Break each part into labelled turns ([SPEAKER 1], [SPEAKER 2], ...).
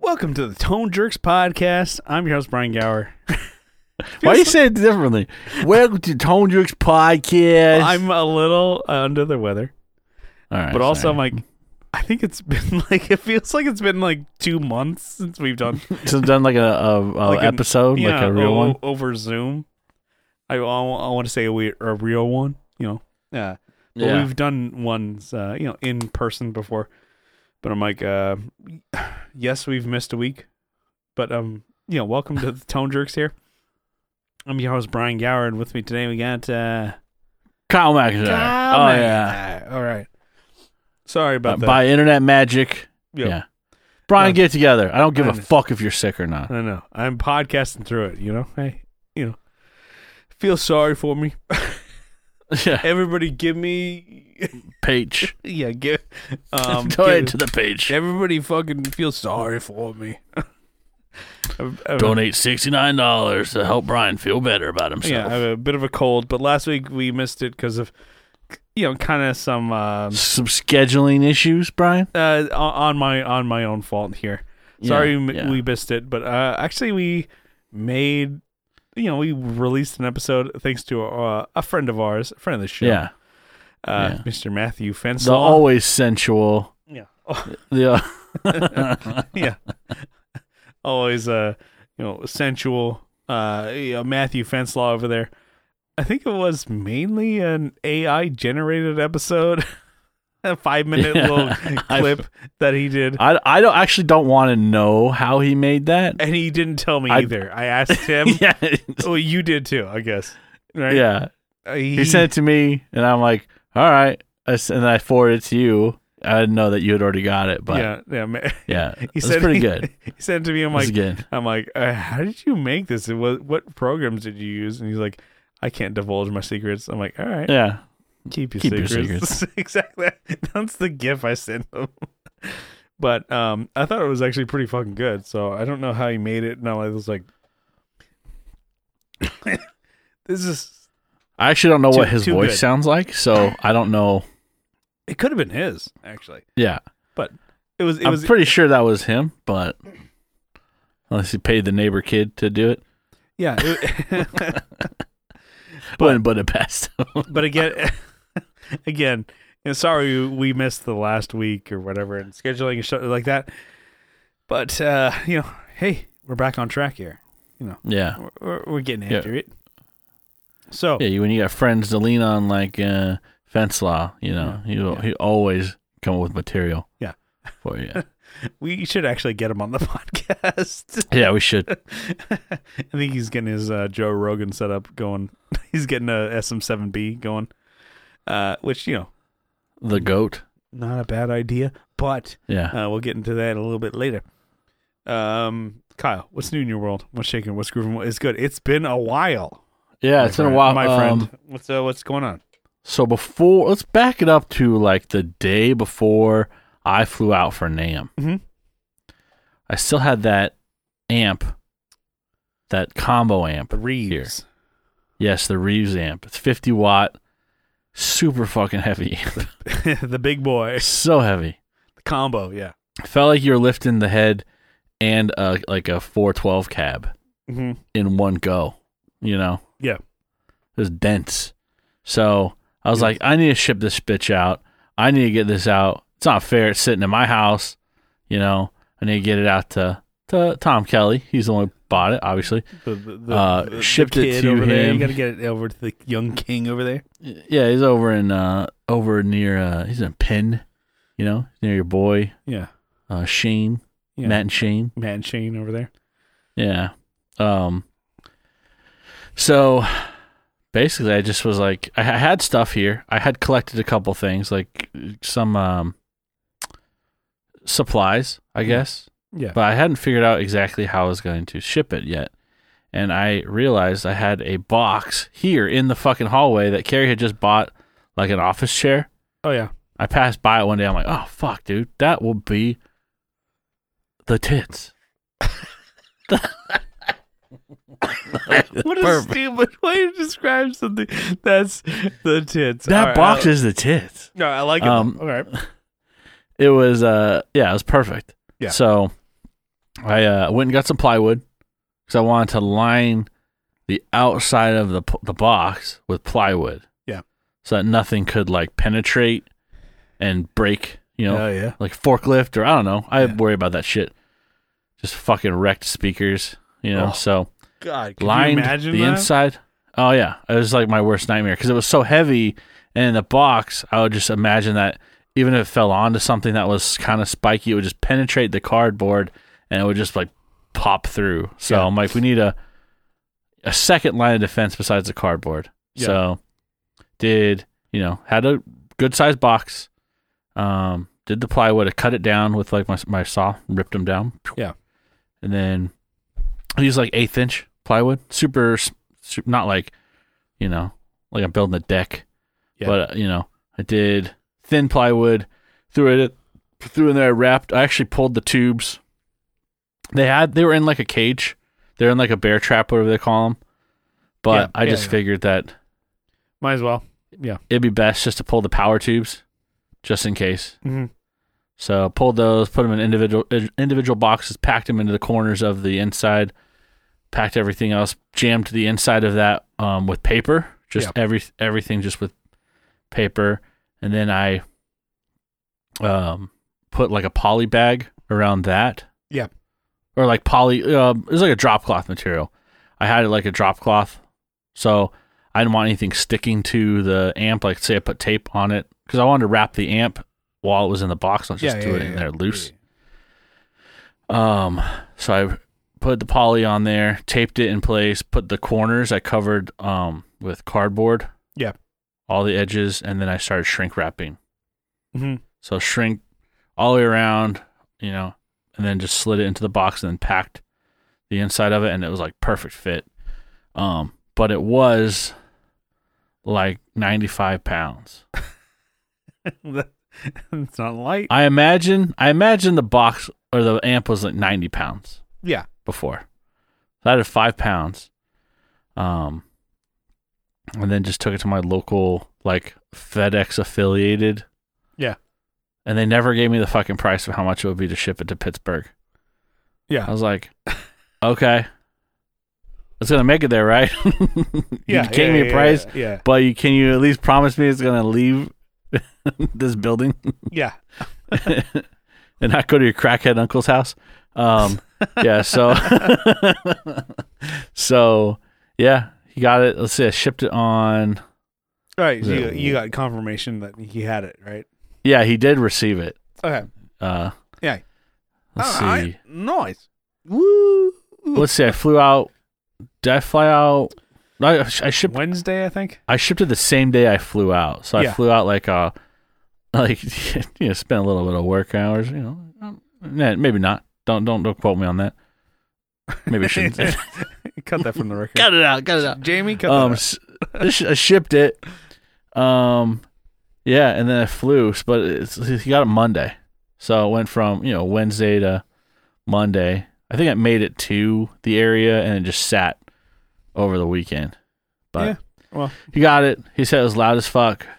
[SPEAKER 1] Welcome to the Tone Jerks podcast. I'm your host Brian Gower.
[SPEAKER 2] Why do you say it differently? Welcome to Tone Jerks Podcast.
[SPEAKER 1] I'm a little under the weather,
[SPEAKER 2] All right,
[SPEAKER 1] but also
[SPEAKER 2] sorry.
[SPEAKER 1] I'm like, I think it's been like it feels like it's been like two months since we've done
[SPEAKER 2] so done like a, a, a
[SPEAKER 1] Like an-
[SPEAKER 2] episode, like
[SPEAKER 1] yeah, oh,
[SPEAKER 2] a real
[SPEAKER 1] o-
[SPEAKER 2] one.
[SPEAKER 1] over Zoom. I I, want to say a, we, a real one, you know. Yeah, but
[SPEAKER 2] Yeah.
[SPEAKER 1] we've done ones uh, you know in person before. But I'm like, uh, yes, we've missed a week, but um, you know, welcome to the Tone Jerks here. I'm your host Brian Gower, and with me today we got uh,
[SPEAKER 2] Kyle McIntyre.
[SPEAKER 1] Kyle
[SPEAKER 2] Oh yeah,
[SPEAKER 1] McIntyre. all right. Sorry about that.
[SPEAKER 2] by internet magic.
[SPEAKER 1] Yeah.
[SPEAKER 2] Yeah. Brian,
[SPEAKER 1] Um,
[SPEAKER 2] get together. I don't give
[SPEAKER 1] I
[SPEAKER 2] a
[SPEAKER 1] understand.
[SPEAKER 2] fuck if you're sick or not.
[SPEAKER 1] I know. I'm podcasting through it. You know, hey, you know, feel sorry for me.
[SPEAKER 2] yeah,
[SPEAKER 1] Everybody, give me
[SPEAKER 2] page.
[SPEAKER 1] Yeah, give um
[SPEAKER 2] Go ahead
[SPEAKER 1] give-
[SPEAKER 2] to the page.
[SPEAKER 1] everybody fucking feel sorry for me. I- I-
[SPEAKER 2] Donate sixty nine dollars to help Brian feel better about
[SPEAKER 1] Yeah,
[SPEAKER 2] himself.
[SPEAKER 1] I have a bit of a cold, but last week we missed it because of you know kind of some um,
[SPEAKER 2] Some scheduling issues, Brian.
[SPEAKER 1] uh on- on my on my own fault here.
[SPEAKER 2] Yeah,
[SPEAKER 1] Sorry m
[SPEAKER 2] yeah.
[SPEAKER 1] we missed it, but uh actually we made you know we released an episode thanks to uh, a friend of ours, a friend of the show,
[SPEAKER 2] Yeah,
[SPEAKER 1] uh,
[SPEAKER 2] yeah.
[SPEAKER 1] Mr. Matthew Fenslaw.
[SPEAKER 2] the always sensual.
[SPEAKER 1] yeah.
[SPEAKER 2] The uh,
[SPEAKER 1] yeah. Always uh you know, sensual uh you know, Matthew Fenslaw over there. I think it was mainly an AI generated episode. A five minute
[SPEAKER 2] Yeah.
[SPEAKER 1] little
[SPEAKER 2] I-
[SPEAKER 1] clip that he did.
[SPEAKER 2] I I don't actually don't want to know how he made that.
[SPEAKER 1] and he didn't tell me
[SPEAKER 2] I-
[SPEAKER 1] either. I asked him.
[SPEAKER 2] yeah,
[SPEAKER 1] Well, you did too, I guess. Right?
[SPEAKER 2] yeah.
[SPEAKER 1] Uh,
[SPEAKER 2] He sent it to me, and I'm like, all right. I s- And I forwarded it to you. I didn't know that you had already got it, but yeah,
[SPEAKER 1] Yeah, yeah. ma-
[SPEAKER 2] yeah it
[SPEAKER 1] He
[SPEAKER 2] was
[SPEAKER 1] said
[SPEAKER 2] pretty
[SPEAKER 1] he-
[SPEAKER 2] good.
[SPEAKER 1] He sent it to me. I'm
[SPEAKER 2] it was
[SPEAKER 1] like,
[SPEAKER 2] good.
[SPEAKER 1] I'm like, uh, how did you make this? And What what programs did you use? And he's like, I can't divulge my secrets. I'm like, all right.
[SPEAKER 2] Yeah,
[SPEAKER 1] keep your
[SPEAKER 2] Keep your
[SPEAKER 1] secrets. exactly. That's the gif I sent them. but um, I thought it was actually pretty fucking good. So I don't know how he made it. Now I was like, this is.
[SPEAKER 2] I actually don't know what
[SPEAKER 1] Too-
[SPEAKER 2] his
[SPEAKER 1] too
[SPEAKER 2] voice
[SPEAKER 1] good.
[SPEAKER 2] sounds like, so I don't know.
[SPEAKER 1] It could have been his actually.
[SPEAKER 2] Yeah,
[SPEAKER 1] It was. It
[SPEAKER 2] I'm
[SPEAKER 1] was.
[SPEAKER 2] pretty sure that was him, but unless he paid the neighbor kid to do it,
[SPEAKER 1] yeah. it-
[SPEAKER 2] but but it passed.
[SPEAKER 1] but again, again. And sorry we missed the last week or whatever and scheduling and shit like that. But uh, you know, hey, we're back on track here.
[SPEAKER 2] yeah,
[SPEAKER 1] We're- We're, we're getting
[SPEAKER 2] Yeah.
[SPEAKER 1] after it. So
[SPEAKER 2] yeah. You, when you got friends to lean on, like uh, fence law, you know,
[SPEAKER 1] Yeah,
[SPEAKER 2] he
[SPEAKER 1] yeah.
[SPEAKER 2] he always come up with material.
[SPEAKER 1] Yeah.
[SPEAKER 2] for you.
[SPEAKER 1] We should actually get him on the podcast.
[SPEAKER 2] yeah, we should.
[SPEAKER 1] I think he's getting his uh, Joe Rogan set up going. He's getting a SM7B going, uh, which, you know,
[SPEAKER 2] The goat.
[SPEAKER 1] not a bad idea, but
[SPEAKER 2] Yeah.
[SPEAKER 1] uh, we'll get into that a little bit later. Um, Kyle, what's new in your world? What's shaking? What's grooving? What is good? It's been a while.
[SPEAKER 2] Yeah,
[SPEAKER 1] my
[SPEAKER 2] it's been a
[SPEAKER 1] friend-
[SPEAKER 2] while,
[SPEAKER 1] My
[SPEAKER 2] um,
[SPEAKER 1] friend, what's uh, what's going on?
[SPEAKER 2] So before, let's back it up to like the day before I flew out for Nam.
[SPEAKER 1] Mhm.
[SPEAKER 2] I still had that amp, that combo amp.
[SPEAKER 1] The Reeves.
[SPEAKER 2] Yes, the Reeves amp. It's 50 watt, super fucking heavy. amp.
[SPEAKER 1] the big boy.
[SPEAKER 2] It's so heavy.
[SPEAKER 1] The combo, yeah.
[SPEAKER 2] Felt like you were lifting the head and uh, like a 412 cab
[SPEAKER 1] Mm-hmm.
[SPEAKER 2] in one go. You know,
[SPEAKER 1] Yeah.
[SPEAKER 2] it was dense. So I was
[SPEAKER 1] Yes.
[SPEAKER 2] like, I need to ship this bitch out. I need to get this out. It's not fair. It's sitting in my house. You know, I need to get it out to, to Tom Kelly. He's the one who bought it, obviously.
[SPEAKER 1] The, the, the,
[SPEAKER 2] Uh,
[SPEAKER 1] the- the
[SPEAKER 2] shipped it
[SPEAKER 1] kid
[SPEAKER 2] to
[SPEAKER 1] over There. You
[SPEAKER 2] him.
[SPEAKER 1] got to get it over to the young king over there.
[SPEAKER 2] Yeah, he's over in uh over near uh he's in Penn, you know, near your boy
[SPEAKER 1] Yeah.
[SPEAKER 2] uh Shane,
[SPEAKER 1] Yeah.
[SPEAKER 2] Matt and Shane.
[SPEAKER 1] Man Shane over there.
[SPEAKER 2] Yeah. Um so basically I just was like I I had stuff here. I had collected a couple things, like some um supplies, I guess.
[SPEAKER 1] Yeah.
[SPEAKER 2] But I hadn't figured out exactly how I was going to ship it yet. And I realized I had a box here in the fucking hallway that Carrie had just bought like an office chair.
[SPEAKER 1] Oh yeah.
[SPEAKER 2] I passed by it one day. I'm like, oh fuck, dude, that will be the tits.
[SPEAKER 1] What a
[SPEAKER 2] Perfect.
[SPEAKER 1] stupid way to describe something. That's the tits.
[SPEAKER 2] That
[SPEAKER 1] All right,
[SPEAKER 2] box
[SPEAKER 1] I,
[SPEAKER 2] is the tits.
[SPEAKER 1] No, I like it.
[SPEAKER 2] Um,
[SPEAKER 1] All right.
[SPEAKER 2] It was, uh, yeah, it was perfect.
[SPEAKER 1] Yeah.
[SPEAKER 2] So I I uh, went and got some plywood because I wanted to line the outside of the p- the box with plywood.
[SPEAKER 1] Yeah.
[SPEAKER 2] So that nothing could like penetrate and break. You know,
[SPEAKER 1] Oh yeah.
[SPEAKER 2] like forklift or I don't know. I
[SPEAKER 1] Yeah.
[SPEAKER 2] worry about that shit. Just fucking wrecked speakers. You know,
[SPEAKER 1] Oh,
[SPEAKER 2] so
[SPEAKER 1] God, can
[SPEAKER 2] lined
[SPEAKER 1] you imagine
[SPEAKER 2] the
[SPEAKER 1] that?
[SPEAKER 2] inside. Oh yeah, it was like my worst nightmare because it was so heavy, and in the box, I would just imagine that even if it fell onto something that was kind of spiky, it would just penetrate the cardboard and it would just like pop through. So
[SPEAKER 1] Yeah.
[SPEAKER 2] I'm like, we need a a second line of defense besides the cardboard.
[SPEAKER 1] Yeah.
[SPEAKER 2] So did you know had a good sized box. Um, did the plywood, I cut it down with like my my saw, ripped them down.
[SPEAKER 1] Yeah.
[SPEAKER 2] and then I use like eighth inch plywood, super, s- su- not like, you know, like I'm building a deck,
[SPEAKER 1] Yeah.
[SPEAKER 2] but uh, you know, I did thin plywood, threw it, threw in there, I wrapped. I actually pulled the tubes. They had they were in like a cage. They're in like a bear trap, whatever they call them. But
[SPEAKER 1] Yeah,
[SPEAKER 2] I
[SPEAKER 1] yeah,
[SPEAKER 2] just
[SPEAKER 1] yeah.
[SPEAKER 2] figured that
[SPEAKER 1] Might as well.
[SPEAKER 2] it'd be best just to pull the power tubes, just in case.
[SPEAKER 1] Mm-hmm.
[SPEAKER 2] So pulled those, put them in individual individual boxes, packed them into the corners of the inside, packed everything else, jammed the inside of that um, with paper, just
[SPEAKER 1] Yep.
[SPEAKER 2] every everything just with paper, and then I um, put like a poly bag around that.
[SPEAKER 1] Yep.
[SPEAKER 2] Or like poly, um, it was like a drop cloth material. I had it like a drop cloth, so I didn't want anything sticking to the amp. Like say I put tape on it because I wanted to wrap the amp while it was in the box, not just do it in there loose. Um, so I put the poly on there, taped it in place, put the corners I covered um with cardboard.
[SPEAKER 1] Yeah.
[SPEAKER 2] All the edges, and then I started shrink wrapping.
[SPEAKER 1] hmm
[SPEAKER 2] So shrink all the way around, you know, and then just slid it into the box and then packed the inside of it, and it was like perfect fit. Um, but it was like ninety five pounds.
[SPEAKER 1] it's not light.
[SPEAKER 2] I imagine I imagine the box or the amp was like ninety pounds.
[SPEAKER 1] yeah.
[SPEAKER 2] before. So I had five pounds. Um, and then just took it to my local, like FedEx affiliated.
[SPEAKER 1] Yeah.
[SPEAKER 2] And they never gave me the fucking price of how much it would be to ship it to Pittsburgh.
[SPEAKER 1] Yeah.
[SPEAKER 2] I was like, okay, it's going to make it there, right? you
[SPEAKER 1] Yeah.
[SPEAKER 2] gave
[SPEAKER 1] yeah,
[SPEAKER 2] me a
[SPEAKER 1] yeah,
[SPEAKER 2] price,
[SPEAKER 1] Yeah. Yeah.
[SPEAKER 2] but you, can you at least promise me it's going to leave this building?
[SPEAKER 1] yeah.
[SPEAKER 2] and not go to your crackhead uncle's house. Um, yeah, so so yeah, he got it. Let's see, I shipped it on.
[SPEAKER 1] All right. So
[SPEAKER 2] Yeah.
[SPEAKER 1] you, you got confirmation that he had it, right?
[SPEAKER 2] Yeah, he did receive it.
[SPEAKER 1] Okay.
[SPEAKER 2] Uh,
[SPEAKER 1] Yeah. Oh,
[SPEAKER 2] Let's
[SPEAKER 1] All right,
[SPEAKER 2] see.
[SPEAKER 1] Nice. Woo.
[SPEAKER 2] Let's see. I flew out. Did I fly out? I, I shipped.
[SPEAKER 1] Wednesday, I think.
[SPEAKER 2] I shipped it the same day I flew out. So
[SPEAKER 1] Yeah.
[SPEAKER 2] I flew out like uh like you know, spent a little bit of work hours, you know. Um, nah, maybe not. Don't don't don't quote me on that. Maybe I shouldn't. say-
[SPEAKER 1] cut that from the record.
[SPEAKER 2] cut it out. Cut it out.
[SPEAKER 1] Jamie, cut
[SPEAKER 2] um,
[SPEAKER 1] that.
[SPEAKER 2] s- I sh- I shipped it. Um, yeah, and then I flew, s- but it's, he got it Monday, so it went from you know Wednesday to Monday. I think I made it to the area and it just sat over the weekend. But
[SPEAKER 1] Yeah, well.
[SPEAKER 2] he got it. He said it was loud as fuck,
[SPEAKER 1] out.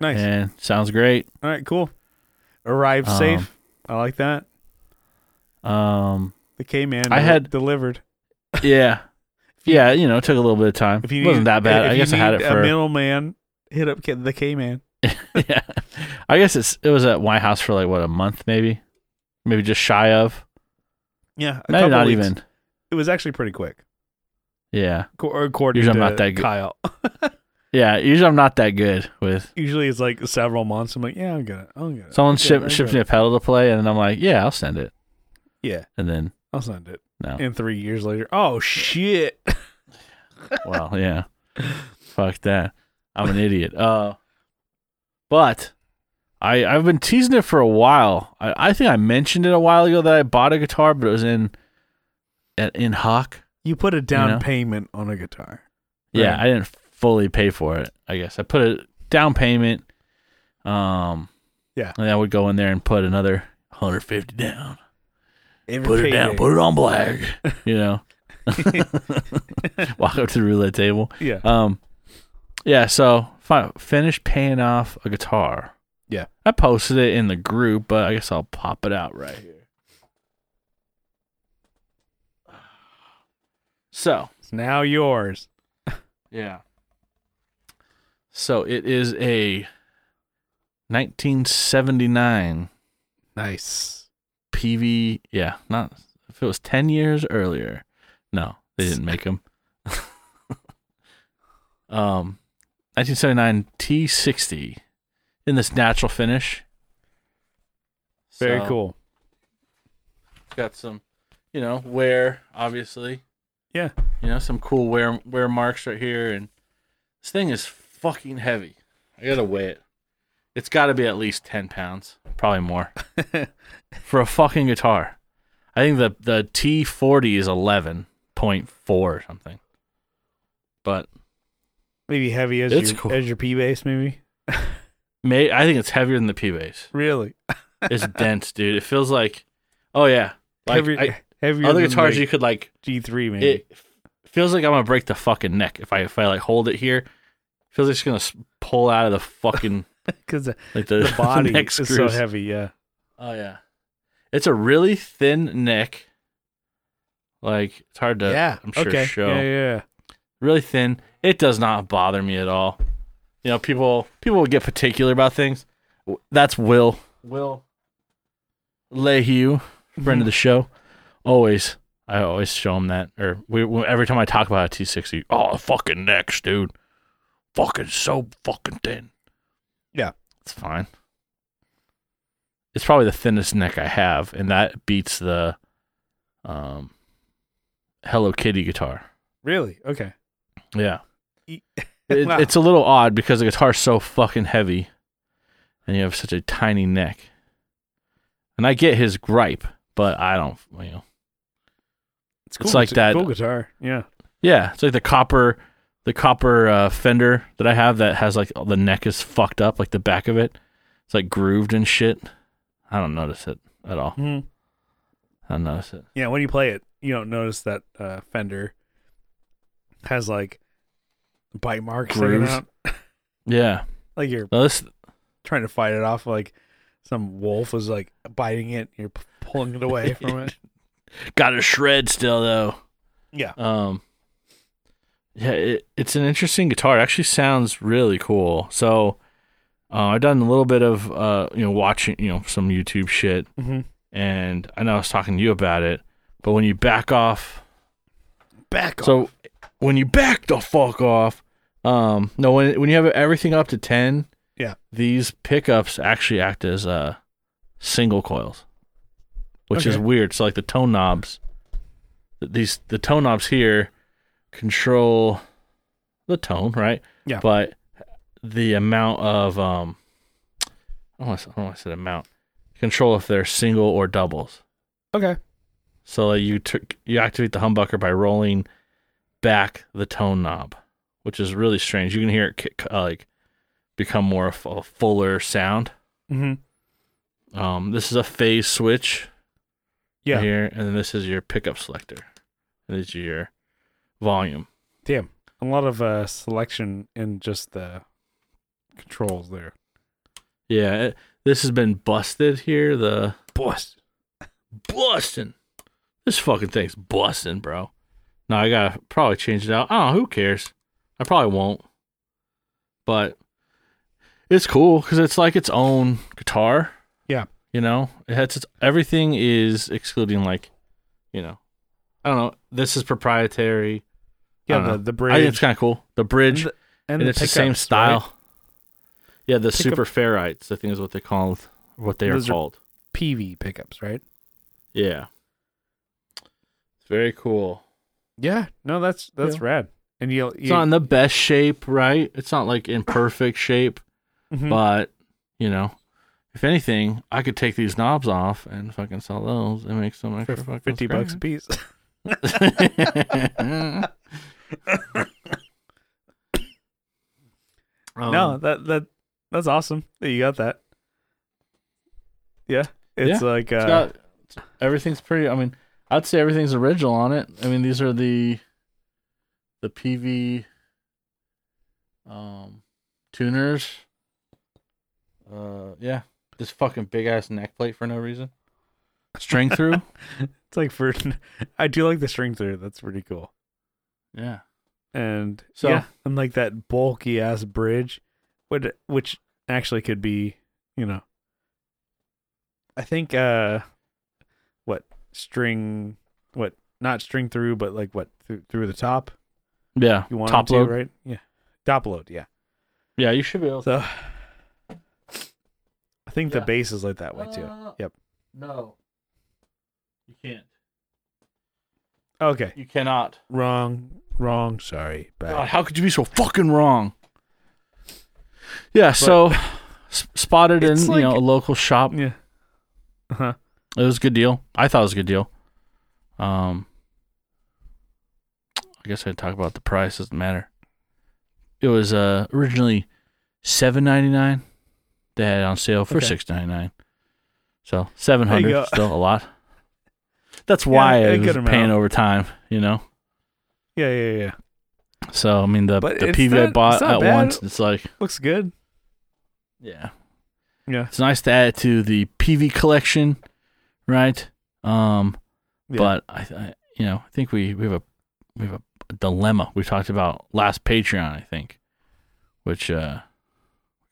[SPEAKER 1] Nice.
[SPEAKER 2] and sounds great.
[SPEAKER 1] All right. Cool. Arrived
[SPEAKER 2] Um,
[SPEAKER 1] safe. I like that.
[SPEAKER 2] Um,
[SPEAKER 1] The K man.
[SPEAKER 2] I had-
[SPEAKER 1] delivered.
[SPEAKER 2] yeah, yeah, you know, it took a little bit of time.
[SPEAKER 1] If you
[SPEAKER 2] it wasn't
[SPEAKER 1] need-
[SPEAKER 2] that bad.
[SPEAKER 1] if
[SPEAKER 2] I
[SPEAKER 1] you
[SPEAKER 2] guess I had it
[SPEAKER 1] need
[SPEAKER 2] for
[SPEAKER 1] a middleman. Hit up K- the K man.
[SPEAKER 2] yeah. I guess it's it was at White House for like what a month maybe, maybe just shy of
[SPEAKER 1] Yeah, a
[SPEAKER 2] maybe
[SPEAKER 1] couple
[SPEAKER 2] not
[SPEAKER 1] weeks.
[SPEAKER 2] even.
[SPEAKER 1] It was actually pretty quick,
[SPEAKER 2] Yeah,
[SPEAKER 1] co- or according
[SPEAKER 2] Usually
[SPEAKER 1] to
[SPEAKER 2] I'm not that good.
[SPEAKER 1] Kyle.
[SPEAKER 2] yeah. Usually I'm not that good with
[SPEAKER 1] Usually it's like several months. I'm like, yeah, I'm gonna, I'm gonna.
[SPEAKER 2] someone
[SPEAKER 1] yeah,
[SPEAKER 2] ship,
[SPEAKER 1] I'm
[SPEAKER 2] ships me
[SPEAKER 1] good.
[SPEAKER 2] a pedal to play, and then I'm like, yeah, I'll send it,
[SPEAKER 1] Yeah,
[SPEAKER 2] and then
[SPEAKER 1] I'll send it.
[SPEAKER 2] No.
[SPEAKER 1] In three years later, oh shit!
[SPEAKER 2] well, yeah, fuck that. I'm an idiot. Uh, but I I've been teasing it for a while. I, I think I mentioned it a while ago that I bought a guitar, but it was in at in Hawk.
[SPEAKER 1] You put a down
[SPEAKER 2] You know?
[SPEAKER 1] payment on a guitar.
[SPEAKER 2] Yeah,
[SPEAKER 1] Right.
[SPEAKER 2] I didn't fully pay for it. I guess I put a down payment. Um,
[SPEAKER 1] Yeah.
[SPEAKER 2] and I would go in there and put another 150 down.
[SPEAKER 1] Every
[SPEAKER 2] Put it down.
[SPEAKER 1] payday.
[SPEAKER 2] Put it on black. You know, walk up to the roulette table.
[SPEAKER 1] yeah,
[SPEAKER 2] Um, yeah. So fi- finished paying off a guitar.
[SPEAKER 1] Yeah.
[SPEAKER 2] I posted it in the group, but I guess I'll pop it out right here. So
[SPEAKER 1] It's now yours.
[SPEAKER 2] yeah. So it is a 1979
[SPEAKER 1] Nice.
[SPEAKER 2] PV. Yeah, not if it was 10 years earlier. No, they didn't make them. um, 1979 T60 in this natural finish.
[SPEAKER 1] Very
[SPEAKER 2] So,
[SPEAKER 1] cool.
[SPEAKER 2] Got some, you know, wear obviously.
[SPEAKER 1] Yeah.
[SPEAKER 2] You know, some cool wear wear marks right here, and this thing is fucking heavy. I gotta weigh it. It's got to be at least ten pounds, probably more, for a fucking guitar. I think the the T forty is eleven point four or something. But
[SPEAKER 1] Maybe heavy as
[SPEAKER 2] It's
[SPEAKER 1] your
[SPEAKER 2] cool.
[SPEAKER 1] as your P bass, maybe.
[SPEAKER 2] may I think it's heavier than the P bass.
[SPEAKER 1] Really,
[SPEAKER 2] It's dense, dude. It feels like, oh yeah, like
[SPEAKER 1] heavier,
[SPEAKER 2] I,
[SPEAKER 1] heavier
[SPEAKER 2] other
[SPEAKER 1] than
[SPEAKER 2] guitars
[SPEAKER 1] the
[SPEAKER 2] you could like
[SPEAKER 1] G3 maybe.
[SPEAKER 2] it feels like I'm gonna break the fucking neck if I if I like hold it here. Feels like it's gonna s- pull out of the fucking
[SPEAKER 1] because the,
[SPEAKER 2] like the,
[SPEAKER 1] the body
[SPEAKER 2] neck
[SPEAKER 1] is so
[SPEAKER 2] screws.
[SPEAKER 1] heavy. Yeah,
[SPEAKER 2] Oh yeah, it's a really thin neck. Like it's hard to
[SPEAKER 1] yeah.
[SPEAKER 2] I'm sure
[SPEAKER 1] okay.
[SPEAKER 2] show
[SPEAKER 1] Yeah, yeah.
[SPEAKER 2] really thin. It does not bother me at all. You know, people people get particular about things. W- That's Will Will Lehue,
[SPEAKER 1] Mm-hmm.
[SPEAKER 2] friend of the show. Always, I always show him that. Or we, we- every time I talk about a T sixty, oh fucking next, dude, fucking so fucking thin.
[SPEAKER 1] Yeah.
[SPEAKER 2] it's fine. It's probably the thinnest neck I have, and that beats the um, Hello Kitty guitar.
[SPEAKER 1] Mm-hmm. Really? Okay.
[SPEAKER 2] Yeah.
[SPEAKER 1] E-
[SPEAKER 2] It, It's a little odd because the guitar's so fucking heavy and you have such a tiny neck. And I get his gripe, but I don't, you know.
[SPEAKER 1] It's cool.
[SPEAKER 2] like
[SPEAKER 1] a
[SPEAKER 2] that-
[SPEAKER 1] cool guitar. Yeah.
[SPEAKER 2] Yeah, it's like the copper the copper uh, fender that I have that has like the neck is fucked up like the back of it. It's like grooved and shit. I don't notice it at all.
[SPEAKER 1] Mhm.
[SPEAKER 2] I don't notice it.
[SPEAKER 1] Yeah, when you play it, you don't notice that uh, Fender has like bite marks hanging
[SPEAKER 2] Grooves.
[SPEAKER 1] out.
[SPEAKER 2] Yeah.
[SPEAKER 1] Like you're
[SPEAKER 2] No, this
[SPEAKER 1] trying to fight it off, like some wolf was like biting it. You're p- pulling it away from it.
[SPEAKER 2] got a shred still though.
[SPEAKER 1] Yeah.
[SPEAKER 2] Um, yeah, it, it's an interesting guitar. It actually sounds really cool. So, uh, I've done a little bit of uh, you know, watching you know some YouTube shit,
[SPEAKER 1] Mm-hmm.
[SPEAKER 2] and I know I was talking to you about it, but when you back off,
[SPEAKER 1] Back off.
[SPEAKER 2] so when you back the fuck off, um, no, when when you have everything up to ten,
[SPEAKER 1] Yeah.
[SPEAKER 2] these pickups actually act as uh single coils, which is
[SPEAKER 1] Okay.
[SPEAKER 2] weird. So like the tone knobs, th- these the tone knobs here control the tone, right?
[SPEAKER 1] Yeah.
[SPEAKER 2] But the amount of um, I don't want to say amount control if they're single or doubles.
[SPEAKER 1] Okay.
[SPEAKER 2] So you tur- you activate the humbucker by rolling back the tone knob, which is really strange. You can hear it kick, uh, like become more of a fuller sound.
[SPEAKER 1] Mm-hmm.
[SPEAKER 2] Um, this is a phase switch
[SPEAKER 1] Yeah.
[SPEAKER 2] here, and then this is your pickup selector. And this is your volume.
[SPEAKER 1] Damn. A lot of uh, selection in just the controls there.
[SPEAKER 2] Yeah, it, this has been busted here. The
[SPEAKER 1] Boss.
[SPEAKER 2] busting. This fucking thing's busting, bro. No, I gotta probably change it out. Oh, who cares? I probably won't. But it's cool because it's like its own guitar.
[SPEAKER 1] Yeah.
[SPEAKER 2] You know, it has its, everything is excluding like, you know, I don't know. This is proprietary. I
[SPEAKER 1] Yeah,
[SPEAKER 2] don't
[SPEAKER 1] the,
[SPEAKER 2] know.
[SPEAKER 1] the
[SPEAKER 2] I think
[SPEAKER 1] bridge.
[SPEAKER 2] it's kind of cool. The bridge
[SPEAKER 1] and the,
[SPEAKER 2] and,
[SPEAKER 1] and
[SPEAKER 2] it's the same
[SPEAKER 1] pickups,
[SPEAKER 2] style.
[SPEAKER 1] right?
[SPEAKER 2] Yeah, the
[SPEAKER 1] Pickup-
[SPEAKER 2] super ferrites. I think is what they called. What they are
[SPEAKER 1] Those are-
[SPEAKER 2] called.
[SPEAKER 1] PV pickups, right?
[SPEAKER 2] Yeah. It's very cool.
[SPEAKER 1] Yeah. No, that's that's
[SPEAKER 2] Yeah.
[SPEAKER 1] rad. And you'll, you
[SPEAKER 2] It's not in the best shape, right? It's not like in perfect shape,
[SPEAKER 1] Mhm.
[SPEAKER 2] but you know, if anything, I could take these knobs off and fucking sell those and make some extra
[SPEAKER 1] for
[SPEAKER 2] fucking
[SPEAKER 1] fifty bucks a
[SPEAKER 2] scratch.
[SPEAKER 1] piece.
[SPEAKER 2] Um,
[SPEAKER 1] no, that that that's awesome that you got that. Yeah, it's like
[SPEAKER 2] it's
[SPEAKER 1] uh,
[SPEAKER 2] got everything's pretty. I mean, I'd say everything's original on it. I mean, these are the the PV um tuners. Uh, yeah, this fucking big ass neck plate for no reason. String through.
[SPEAKER 1] it's like for I do like the string through. That's pretty cool.
[SPEAKER 2] Yeah.
[SPEAKER 1] and
[SPEAKER 2] So-
[SPEAKER 1] yeah, and like that bulky ass bridge, which which actually could be, you know, I think uh, what string, what not string through, but like what through through the top.
[SPEAKER 2] Yeah.
[SPEAKER 1] You want
[SPEAKER 2] Top
[SPEAKER 1] to,
[SPEAKER 2] load.
[SPEAKER 1] right? Yeah, top load. Yeah.
[SPEAKER 2] Yeah, you should be able
[SPEAKER 1] So I think
[SPEAKER 2] Yeah.
[SPEAKER 1] the base is like that way
[SPEAKER 2] Uh.
[SPEAKER 1] too. Yep.
[SPEAKER 2] No. You can't.
[SPEAKER 1] Okay,
[SPEAKER 2] You cannot.
[SPEAKER 1] wrong, wrong. Sorry,
[SPEAKER 2] God,
[SPEAKER 1] bad.
[SPEAKER 2] how could you be so fucking wrong? Yeah, so s- spotted in,
[SPEAKER 1] It's
[SPEAKER 2] you know, a
[SPEAKER 1] like-
[SPEAKER 2] local shop.
[SPEAKER 1] Yeah. Uh huh.
[SPEAKER 2] It was a good deal. I thought it was a good deal. Um, I guess I talk about the price. Doesn't matter. It was uh originally seven ninety nine. They had it on sale for
[SPEAKER 1] Okay.
[SPEAKER 2] six ninety nine. So seven
[SPEAKER 1] There you go.
[SPEAKER 2] hundred still a lot. That's why
[SPEAKER 1] a
[SPEAKER 2] I
[SPEAKER 1] good
[SPEAKER 2] was
[SPEAKER 1] amount.
[SPEAKER 2] paying over time, you know.
[SPEAKER 1] Yeah, yeah, yeah.
[SPEAKER 2] So I mean the
[SPEAKER 1] But
[SPEAKER 2] the
[SPEAKER 1] it's
[SPEAKER 2] PV I
[SPEAKER 1] not-
[SPEAKER 2] bought
[SPEAKER 1] it's not
[SPEAKER 2] at
[SPEAKER 1] bad.
[SPEAKER 2] once. It's like
[SPEAKER 1] Looks good.
[SPEAKER 2] yeah,
[SPEAKER 1] Yeah.
[SPEAKER 2] It's nice to add it to the PV collection, right? Um,
[SPEAKER 1] Yeah.
[SPEAKER 2] but I, I you know I think we, we have a we have a dilemma we talked about last Patreon I think, which uh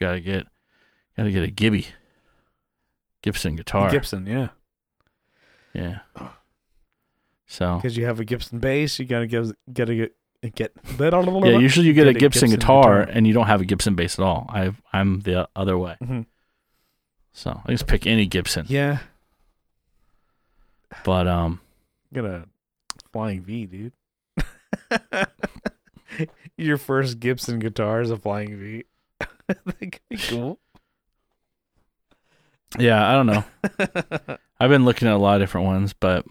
[SPEAKER 2] gotta get gotta get a Gibby Gibson guitar
[SPEAKER 1] Gibson. Yeah.
[SPEAKER 2] yeah so
[SPEAKER 1] because you have a Gibson bass, you gotta give, gotta get get.
[SPEAKER 2] yeah usually you get, a
[SPEAKER 1] get a
[SPEAKER 2] Gibson,
[SPEAKER 1] Gibson
[SPEAKER 2] guitar,
[SPEAKER 1] guitar.
[SPEAKER 2] and you don't have a Gibson bass at all I I'm the other way
[SPEAKER 1] Mhm.
[SPEAKER 2] so I just pick any Gibson
[SPEAKER 1] yeah,
[SPEAKER 2] but um
[SPEAKER 1] get a flying V, dude. Your first Gibson guitar is a flying V. that could be cool.
[SPEAKER 2] yeah I don't know I've been looking at a lot of different ones, but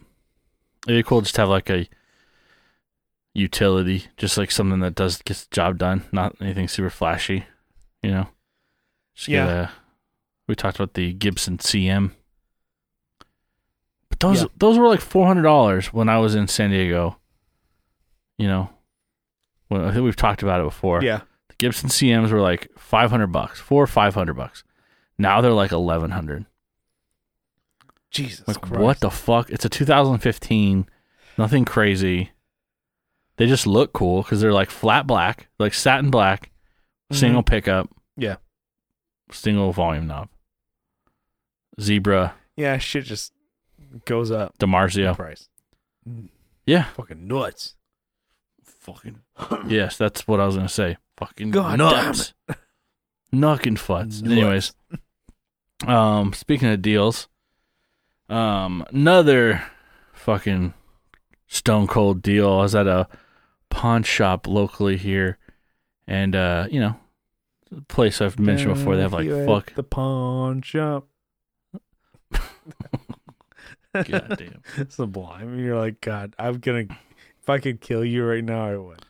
[SPEAKER 2] it'd be cool just to have like a utility, just like something that does gets the job done, not anything super flashy, you know. Just get
[SPEAKER 1] Yeah.
[SPEAKER 2] a- we talked about the Gibson CM, but those
[SPEAKER 1] Yeah.
[SPEAKER 2] those were like four hundred dollars when I was in San Diego. You know, well, I think we've talked about it before.
[SPEAKER 1] yeah,
[SPEAKER 2] The Gibson CMs were like five hundred bucks, four or five hundred bucks. Now they're like eleven hundred.
[SPEAKER 1] Jesus
[SPEAKER 2] Like,
[SPEAKER 1] Christ.
[SPEAKER 2] what the fuck? It's a 2015, nothing crazy. They just look cool because they're like flat black, like satin black,
[SPEAKER 1] Mhm.
[SPEAKER 2] single pickup.
[SPEAKER 1] Yeah.
[SPEAKER 2] Single volume knob. Zebra,
[SPEAKER 1] Yeah, shit just goes up in
[SPEAKER 2] DiMarzio.
[SPEAKER 1] price. Mm,
[SPEAKER 2] Yeah.
[SPEAKER 1] fucking nuts.
[SPEAKER 2] Fucking. yes, that's what I was going to say. Fucking
[SPEAKER 1] God
[SPEAKER 2] nuts. Nuckin' futs. Anyways, um, speaking of deals, um, another fucking stone cold deal. I was at a pawn shop locally here, and uh, you know, the place I've mentioned before. They have like
[SPEAKER 1] Down here at
[SPEAKER 2] fuck,
[SPEAKER 1] the pawn shop.
[SPEAKER 2] goddamn.
[SPEAKER 1] Sublime. You're like God. I'm gonna. If I could kill you right now, I would.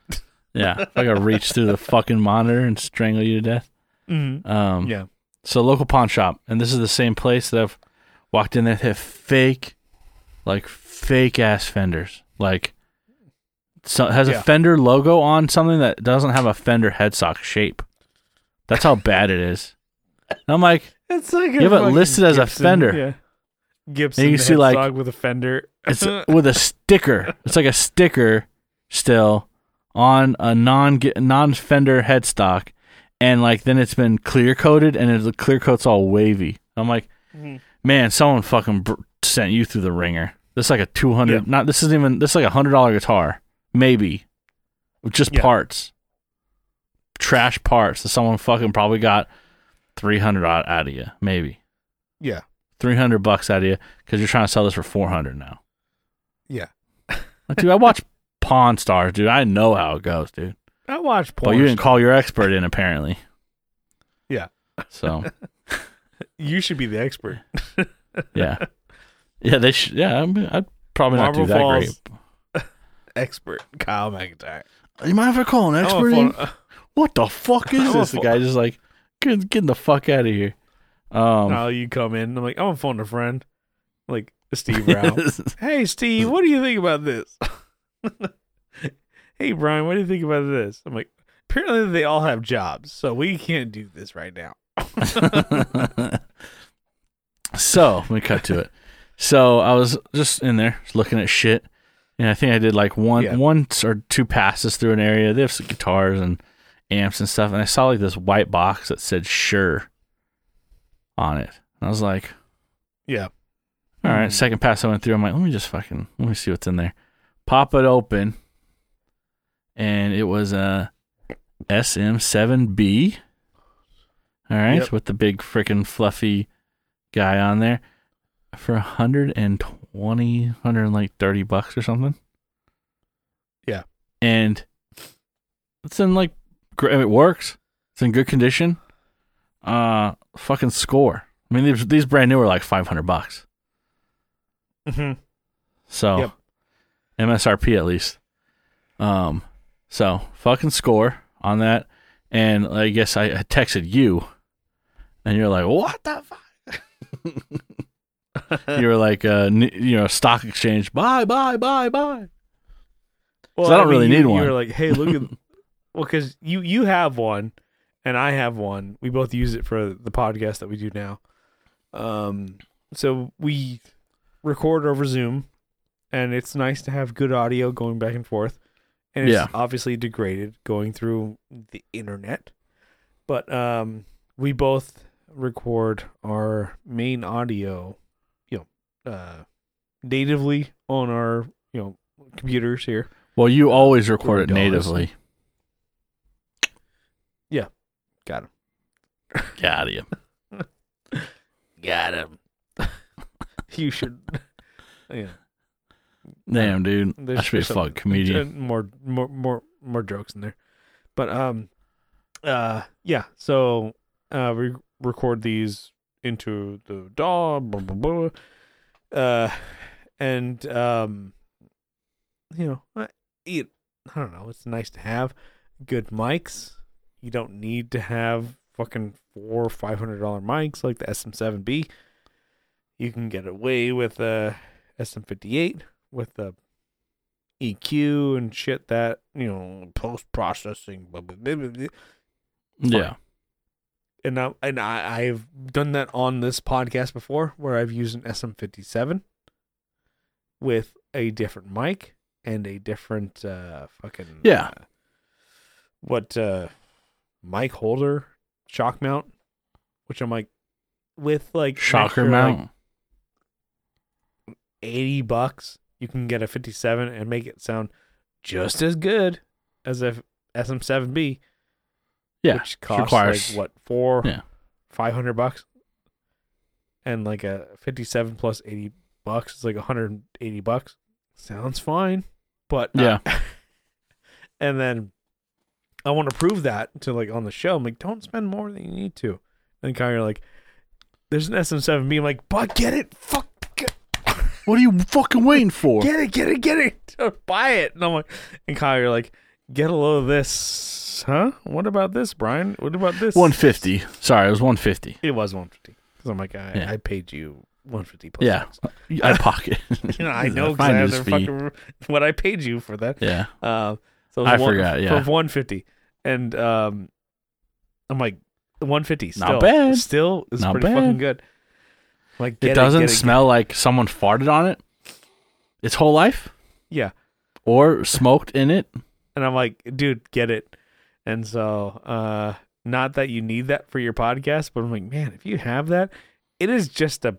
[SPEAKER 2] Yeah, if I gotta reach through the fucking monitor and strangle you to death.
[SPEAKER 1] Mm-hmm.
[SPEAKER 2] Um,
[SPEAKER 1] Yeah.
[SPEAKER 2] So local pawn shop, and this is the same place that I've walked in there. They have fake, like fake ass fenders. Like, so has
[SPEAKER 1] Yeah.
[SPEAKER 2] a fender logo on something that doesn't have a fender headstock shape. That's how bad it is. And I'm like,
[SPEAKER 1] It's like
[SPEAKER 2] You have it listed as a fender.
[SPEAKER 1] Yeah. Gibson
[SPEAKER 2] And you
[SPEAKER 1] you
[SPEAKER 2] see, like-
[SPEAKER 1] with a fender.
[SPEAKER 2] it's with a sticker. It's like a sticker still on a non non fender headstock, and like then it's been clear coated, and it, the clear coat's all wavy. I'm like.
[SPEAKER 1] Mm-hmm.
[SPEAKER 2] man, someone fucking br- sent you through the ringer. This is like a two hundred.
[SPEAKER 1] Yeah.
[SPEAKER 2] Not this isn't even. This is like a hundred dollar guitar, maybe, with just
[SPEAKER 1] Yeah.
[SPEAKER 2] parts, trash parts that someone fucking probably got three hundred out out of you, maybe
[SPEAKER 1] yeah.
[SPEAKER 2] three hundred bucks out of you because you're trying to sell this for four hundred now.
[SPEAKER 1] Yeah.
[SPEAKER 2] Like, dude, I watch Pawn Stars, dude. I know how it goes, dude.
[SPEAKER 1] I watch
[SPEAKER 2] But
[SPEAKER 1] porn.
[SPEAKER 2] you didn't call your expert in apparently.
[SPEAKER 1] Yeah.
[SPEAKER 2] So
[SPEAKER 1] You should be the expert.
[SPEAKER 2] yeah, yeah. They should. Yeah, I mean, I'd probably
[SPEAKER 1] Marble
[SPEAKER 2] not do that
[SPEAKER 1] Falls.
[SPEAKER 2] great.
[SPEAKER 1] Expert. Kyle McIntyre.
[SPEAKER 2] You mind if I call an
[SPEAKER 1] I'm a
[SPEAKER 2] expert in?
[SPEAKER 1] phone-
[SPEAKER 2] What the fuck
[SPEAKER 1] I'm
[SPEAKER 2] is
[SPEAKER 1] a
[SPEAKER 2] this? The
[SPEAKER 1] fu-
[SPEAKER 2] guy just like, get, getting the fuck out of here. Um,
[SPEAKER 1] Kyle, Oh, you come in. I'm like, I'm gonna phone a friend. Like Steve Rao. hey Steve, what do you think about this? hey Brian, what do you think about this? I'm like, apparently they all have jobs, so we can't do this right now.
[SPEAKER 2] so let me cut to it. So I was just in there just looking at shit, Yeah, I think I did like one
[SPEAKER 1] Yeah.
[SPEAKER 2] once or two passes through an area. They have some guitars and amps and stuff, and I saw like this white box that said "Sure" on it. And I was like,
[SPEAKER 1] Yeah.
[SPEAKER 2] "All right."
[SPEAKER 1] Hmm.
[SPEAKER 2] Second pass I went through, I'm like, "Let me just fucking let me see what's in there." Pop it open, and it was a SM7B. All right,
[SPEAKER 1] Yep.
[SPEAKER 2] with the big freaking fluffy guy on there for 120, 100 like 30 bucks or something and it's in like gr- it works. It's in good condition. Uh, fucking score. I mean, these, these brand new are like five hundred bucks.
[SPEAKER 1] Mhm.
[SPEAKER 2] So
[SPEAKER 1] Yep.
[SPEAKER 2] MSRP at least. Um, so fucking score on that, and I guess I, I texted you, and you're like, what the fuck?
[SPEAKER 1] Mm-hmm.
[SPEAKER 2] you were like, uh, n- you know, stock exchange, buy, buy, buy, buy.
[SPEAKER 1] Well,
[SPEAKER 2] I don't really
[SPEAKER 1] you,
[SPEAKER 2] need
[SPEAKER 1] you
[SPEAKER 2] one.
[SPEAKER 1] were like, hey, look at, well, because you you have one, and I have one. We both use it for the podcast that we do now. Um, so we record over Zoom, and it's nice to have good audio going back and forth, and it's
[SPEAKER 2] Yeah.
[SPEAKER 1] obviously degraded going through the internet, but um, we both record our main audio, you know, uh, natively on our you know computers here.
[SPEAKER 2] Well, you always record
[SPEAKER 1] $40.
[SPEAKER 2] it natively.
[SPEAKER 1] Yeah. Got him.
[SPEAKER 2] Got him.
[SPEAKER 1] Got him. you should. Yeah,
[SPEAKER 2] Damn, dude.
[SPEAKER 1] there
[SPEAKER 2] I should be a
[SPEAKER 1] some-
[SPEAKER 2] fucking comedian.
[SPEAKER 1] More, more, more, more jokes in there, but um, uh, yeah. So, uh, we record these into the DAW, blah, blah, blah. uh, and um, you know, I, it, I don't know. It's nice to have good mics. You don't need to have fucking four or five hundred dollar mics like the SM7B. You can get away with uh, a SM58 with uh, the EQ E and shit that you know post processing. Blah, blah, blah, blah, blah.
[SPEAKER 2] Yeah.
[SPEAKER 1] And I and I I've done that on this podcast before where I've used an SM57 with a different mic and a different uh fucking
[SPEAKER 2] Yeah.
[SPEAKER 1] uh, what uh mic holder shock mount which I'm like with like an
[SPEAKER 2] Shocker
[SPEAKER 1] extra, like,
[SPEAKER 2] mount.
[SPEAKER 1] 80 bucks, you can get a 57 and make it sound just as good as a SM7B.
[SPEAKER 2] yeah.
[SPEAKER 1] Which costs
[SPEAKER 2] requires-
[SPEAKER 1] like what, four,
[SPEAKER 2] Yeah.
[SPEAKER 1] 500 bucks? And like a 57 plus 80 bucks is like 180 bucks. Sounds fine. But
[SPEAKER 2] Yeah.
[SPEAKER 1] and then I want to prove that to like on the show. I'm like, don't spend more than you need to. And Kyrie like, there's an SM7B. I'm like, but get it. Fuck. Get,
[SPEAKER 2] What are you fucking waiting for?
[SPEAKER 1] get it, get it, get it. Buy it. And I'm like, and Kyle, you're like, get a load of this. Huh? What about this, Brian? What about this?
[SPEAKER 2] 150. Sorry, it was 150.
[SPEAKER 1] It was 150. Because I'm like, I,
[SPEAKER 2] Yeah.
[SPEAKER 1] I paid you 150 plus.
[SPEAKER 2] Yeah.
[SPEAKER 1] tax.
[SPEAKER 2] I pocket.
[SPEAKER 1] You know, I know because I
[SPEAKER 2] Finder's
[SPEAKER 1] have the
[SPEAKER 2] fee.
[SPEAKER 1] fucking, what I paid you for that.
[SPEAKER 2] Yeah.
[SPEAKER 1] Uh, so it was
[SPEAKER 2] I
[SPEAKER 1] one,
[SPEAKER 2] forgot, yeah.
[SPEAKER 1] For 150. And um, I'm like, 150. Still,
[SPEAKER 2] Not bad.
[SPEAKER 1] Still is
[SPEAKER 2] Not
[SPEAKER 1] pretty
[SPEAKER 2] bad.
[SPEAKER 1] fucking good. I'm Like, get
[SPEAKER 2] it doesn't
[SPEAKER 1] get
[SPEAKER 2] smell like someone farted on it its whole life
[SPEAKER 1] Get, yeah.
[SPEAKER 2] or smoked in it.
[SPEAKER 1] and I'm like, dude, get it. And so, uh, not that you need that for your podcast, but I'm like, man, if you have that, it is just a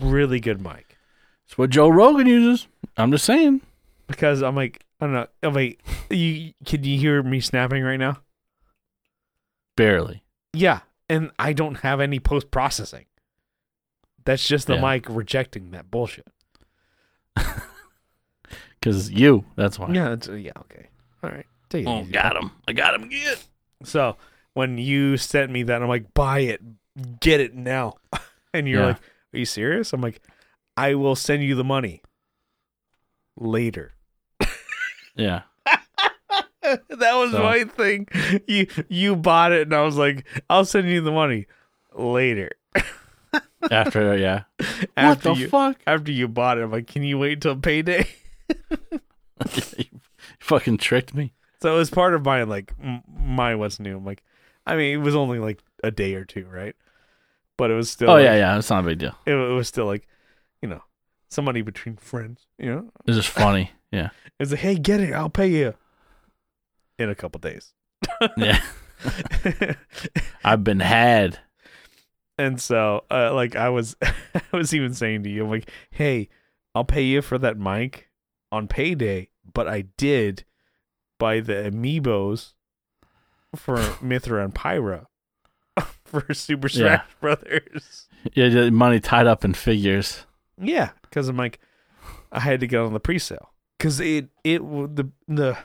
[SPEAKER 1] really good mic
[SPEAKER 2] It's what Joe Rogan uses. I'm just saying.
[SPEAKER 1] because I'm like, I don't know, I'm like, you can you hear me snapping right now?
[SPEAKER 2] Barely.
[SPEAKER 1] Yeah, and I don't have any post processing. That's just the
[SPEAKER 2] Yeah.
[SPEAKER 1] mic rejecting that bullshit.
[SPEAKER 2] Because you. That's why.
[SPEAKER 1] Yeah, it's, yeah, okay, all right, take it.
[SPEAKER 2] Oh,
[SPEAKER 1] easy.
[SPEAKER 2] got him. I got him again.
[SPEAKER 1] So when you sent me that, I'm like, buy it, get it now. And you're
[SPEAKER 2] Yeah.
[SPEAKER 1] like, are you serious? I'm like, I will send you the money later.
[SPEAKER 2] Yeah.
[SPEAKER 1] that was
[SPEAKER 2] So-
[SPEAKER 1] my thing. You you bought it, and I was like, I'll send you the money later.
[SPEAKER 2] After, uh, yeah.
[SPEAKER 1] After
[SPEAKER 2] what the
[SPEAKER 1] you
[SPEAKER 2] fuck?
[SPEAKER 1] after you bought it, I'm like, can you wait till payday?
[SPEAKER 2] you fucking tricked me.
[SPEAKER 1] So it was part of my like m- my what's new. I'm like, I mean, it was only like a day or two, right? But it was still.
[SPEAKER 2] Oh,
[SPEAKER 1] like,
[SPEAKER 2] yeah, yeah. It's not a big deal.
[SPEAKER 1] it, it was still like, you know, somebody between friends, you know?
[SPEAKER 2] It's just funny. Yeah.
[SPEAKER 1] It's like, hey, get it. I'll pay you in a couple days.
[SPEAKER 2] Yeah. I've been had.
[SPEAKER 1] and so, uh, like, I was, I was even saying to you, I'm like, hey, I'll pay you for that mic on payday, but I did buy the amiibos for Mithra and Pyra for Super Smash Brothers.
[SPEAKER 2] Yeah, the money tied up in figures.
[SPEAKER 1] Yeah, because I'm like, I had to get on the pre-sale because it it w- the the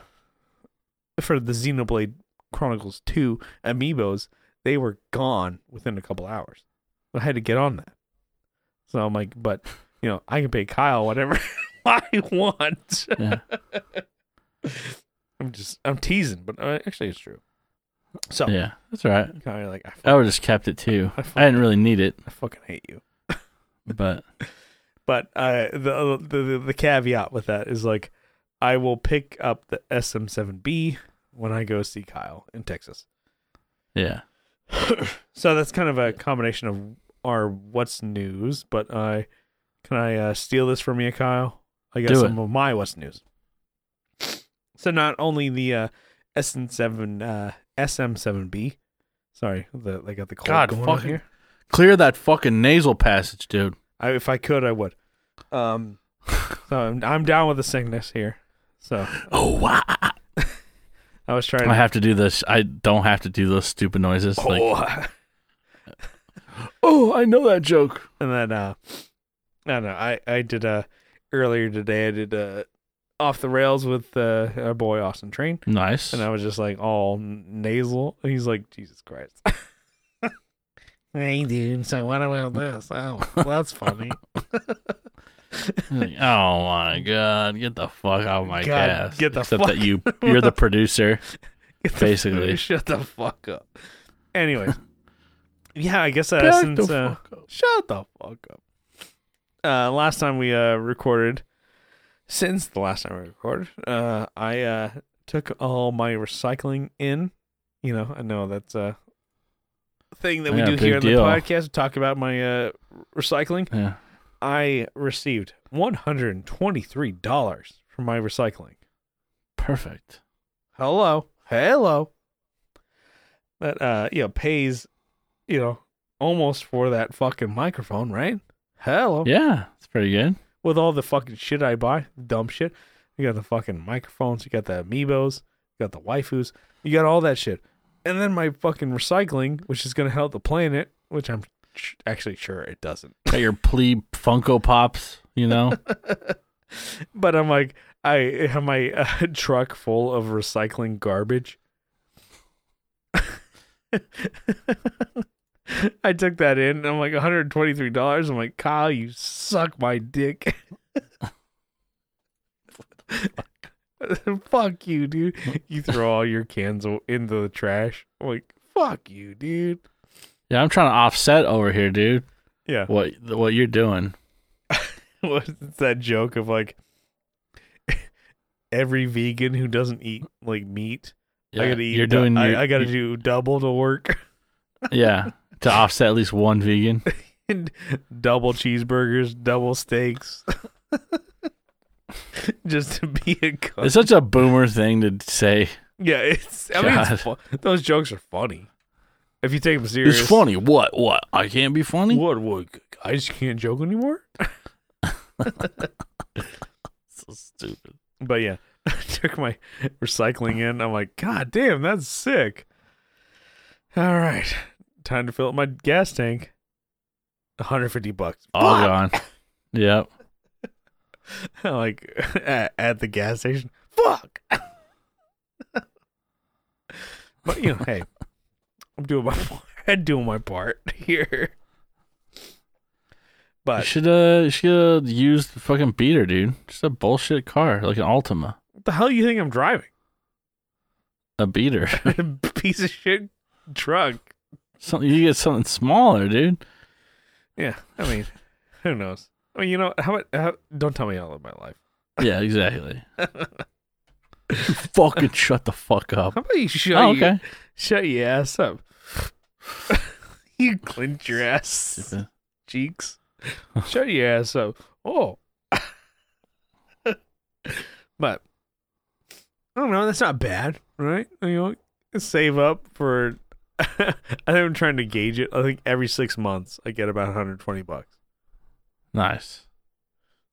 [SPEAKER 1] for the Xenoblade Chronicles Two amiibos they were gone within a couple hours. I had to get on that. So I'm like, but you know, I can pay Kyle whatever I want.
[SPEAKER 2] Yeah.
[SPEAKER 1] I'm just I'm teasing, but uh, actually it's true. So
[SPEAKER 2] Yeah, that's all right.
[SPEAKER 1] kind of like I, fuck-
[SPEAKER 2] I would have just kept it too.
[SPEAKER 1] I
[SPEAKER 2] I didn't really need it,
[SPEAKER 1] I fucking hate you.
[SPEAKER 2] but
[SPEAKER 1] But uh, the, the the the caveat with that is like, I will pick up the SM7B when I go see Kyle in Texas.
[SPEAKER 2] yeah.
[SPEAKER 1] So that's kind of a combination of our what's news. But I can I uh, steal this from you, Kyle? I got
[SPEAKER 2] Do
[SPEAKER 1] some of my what's news. So not only the uh, SM7 uh, SM7B, sorry, the, I got the cold
[SPEAKER 2] God,
[SPEAKER 1] going on
[SPEAKER 2] fucking-
[SPEAKER 1] here.
[SPEAKER 2] Clear that fucking nasal passage, dude.
[SPEAKER 1] I, if I could, I would. Um, so I'm, I'm down with the sickness here. So
[SPEAKER 2] Oh wow!
[SPEAKER 1] I was trying.
[SPEAKER 2] I
[SPEAKER 1] to...
[SPEAKER 2] have to do this. I don't have to do those stupid noises. Like,
[SPEAKER 1] Oh.
[SPEAKER 2] oh, I know that joke.
[SPEAKER 1] and then uh, I don't know. I I did uh earlier today. I did uh off the rails with uh, our boy Austin Train,
[SPEAKER 2] Nice.
[SPEAKER 1] and I was just like all n- nasal. And he's like, Jesus Christ. hey dude, so what about this? Oh, well, that's funny.
[SPEAKER 2] Like, oh my god! Get the fuck out of my
[SPEAKER 1] God,
[SPEAKER 2] ass.
[SPEAKER 1] get the
[SPEAKER 2] Except
[SPEAKER 1] fuck-
[SPEAKER 2] that you you're the producer.
[SPEAKER 1] Get the-
[SPEAKER 2] Basically.
[SPEAKER 1] shut the fuck up. Anyways, yeah, I guess uh,
[SPEAKER 2] Back
[SPEAKER 1] since
[SPEAKER 2] the
[SPEAKER 1] uh,
[SPEAKER 2] fuck up.
[SPEAKER 1] Shut the fuck up. Uh, last time we uh recorded, since the last time we recorded, uh, I uh took all my recycling in. You know, I know that's a thing that we
[SPEAKER 2] Yeah,
[SPEAKER 1] do
[SPEAKER 2] big
[SPEAKER 1] here
[SPEAKER 2] deal.
[SPEAKER 1] on the podcast. Talk about my uh recycling.
[SPEAKER 2] Yeah.
[SPEAKER 1] I received one hundred and twenty-three dollars for my recycling.
[SPEAKER 2] Perfect.
[SPEAKER 1] Hello, hello. That uh, you know, pays, you know, almost for that fucking microphone, right? Hello
[SPEAKER 2] Yeah, it's pretty good.
[SPEAKER 1] with all the fucking shit I buy, dumb shit. You got the fucking microphones, you got the amiibos, you got the waifus, you got all that shit. And then my fucking recycling, which is going to help the planet, which I'm sh- actually sure it doesn't.
[SPEAKER 2] Got your plebe Funko Pops. You know.
[SPEAKER 1] But I'm like, I have my uh, truck full of recycling garbage. I took that in. And I'm like $123. I'm like, Kyle, you suck my dick. fuck you, dude. You throw all your cans o- into the trash. I'm like, fuck you, dude.
[SPEAKER 2] Yeah, I'm trying to offset over here, dude.
[SPEAKER 1] Yeah.
[SPEAKER 2] What what you're doing?
[SPEAKER 1] What's that joke of like every vegan who doesn't eat like meat? I gotta eat.
[SPEAKER 2] You're
[SPEAKER 1] dou-
[SPEAKER 2] doing. your-
[SPEAKER 1] I, I gotta do double to work
[SPEAKER 2] Yeah, to offset at least one vegan.
[SPEAKER 1] and double cheeseburgers, double steaks, just to be a cunt.
[SPEAKER 2] It's such a boomer thing to say.
[SPEAKER 1] yeah, it's. I mean,
[SPEAKER 2] God.
[SPEAKER 1] it's fu- those jokes are funny if you take them serious.
[SPEAKER 2] It's funny. What? What? I can't be funny.
[SPEAKER 1] What? What? I just can't joke anymore.
[SPEAKER 2] So stupid.
[SPEAKER 1] But yeah, I took my recycling in. I'm like, God damn, that's sick. All right, time to fill up my gas tank. 150 bucks.
[SPEAKER 2] All
[SPEAKER 1] Fuck!
[SPEAKER 2] gone. Yep.
[SPEAKER 1] like at, at the gas station. Fuck. but you know, hey, I'm doing my part. I'm doing my part here.
[SPEAKER 2] You
[SPEAKER 1] But
[SPEAKER 2] should uh, you should use the fucking beater, dude. Just a bullshit car, like an Altima,
[SPEAKER 1] what the hell you think I'm driving?
[SPEAKER 2] a beater.
[SPEAKER 1] Piece of shit truck.
[SPEAKER 2] something you get something smaller, dude.
[SPEAKER 1] Yeah, I mean, who knows? I mean, you know, how, about- how don't tell me all of my life.
[SPEAKER 2] Yeah, exactly. You fucking shut the fuck up.
[SPEAKER 1] How about you shut
[SPEAKER 2] Oh,
[SPEAKER 1] your,
[SPEAKER 2] okay.
[SPEAKER 1] shut your ass up? you clench your ass
[SPEAKER 2] Stupid.
[SPEAKER 1] cheeks. Shut your ass up. Oh, But I don't know. That's not bad, right? You know, save up for. I think I'm trying to gauge it. I think every six months I get about 120 bucks.
[SPEAKER 2] Nice.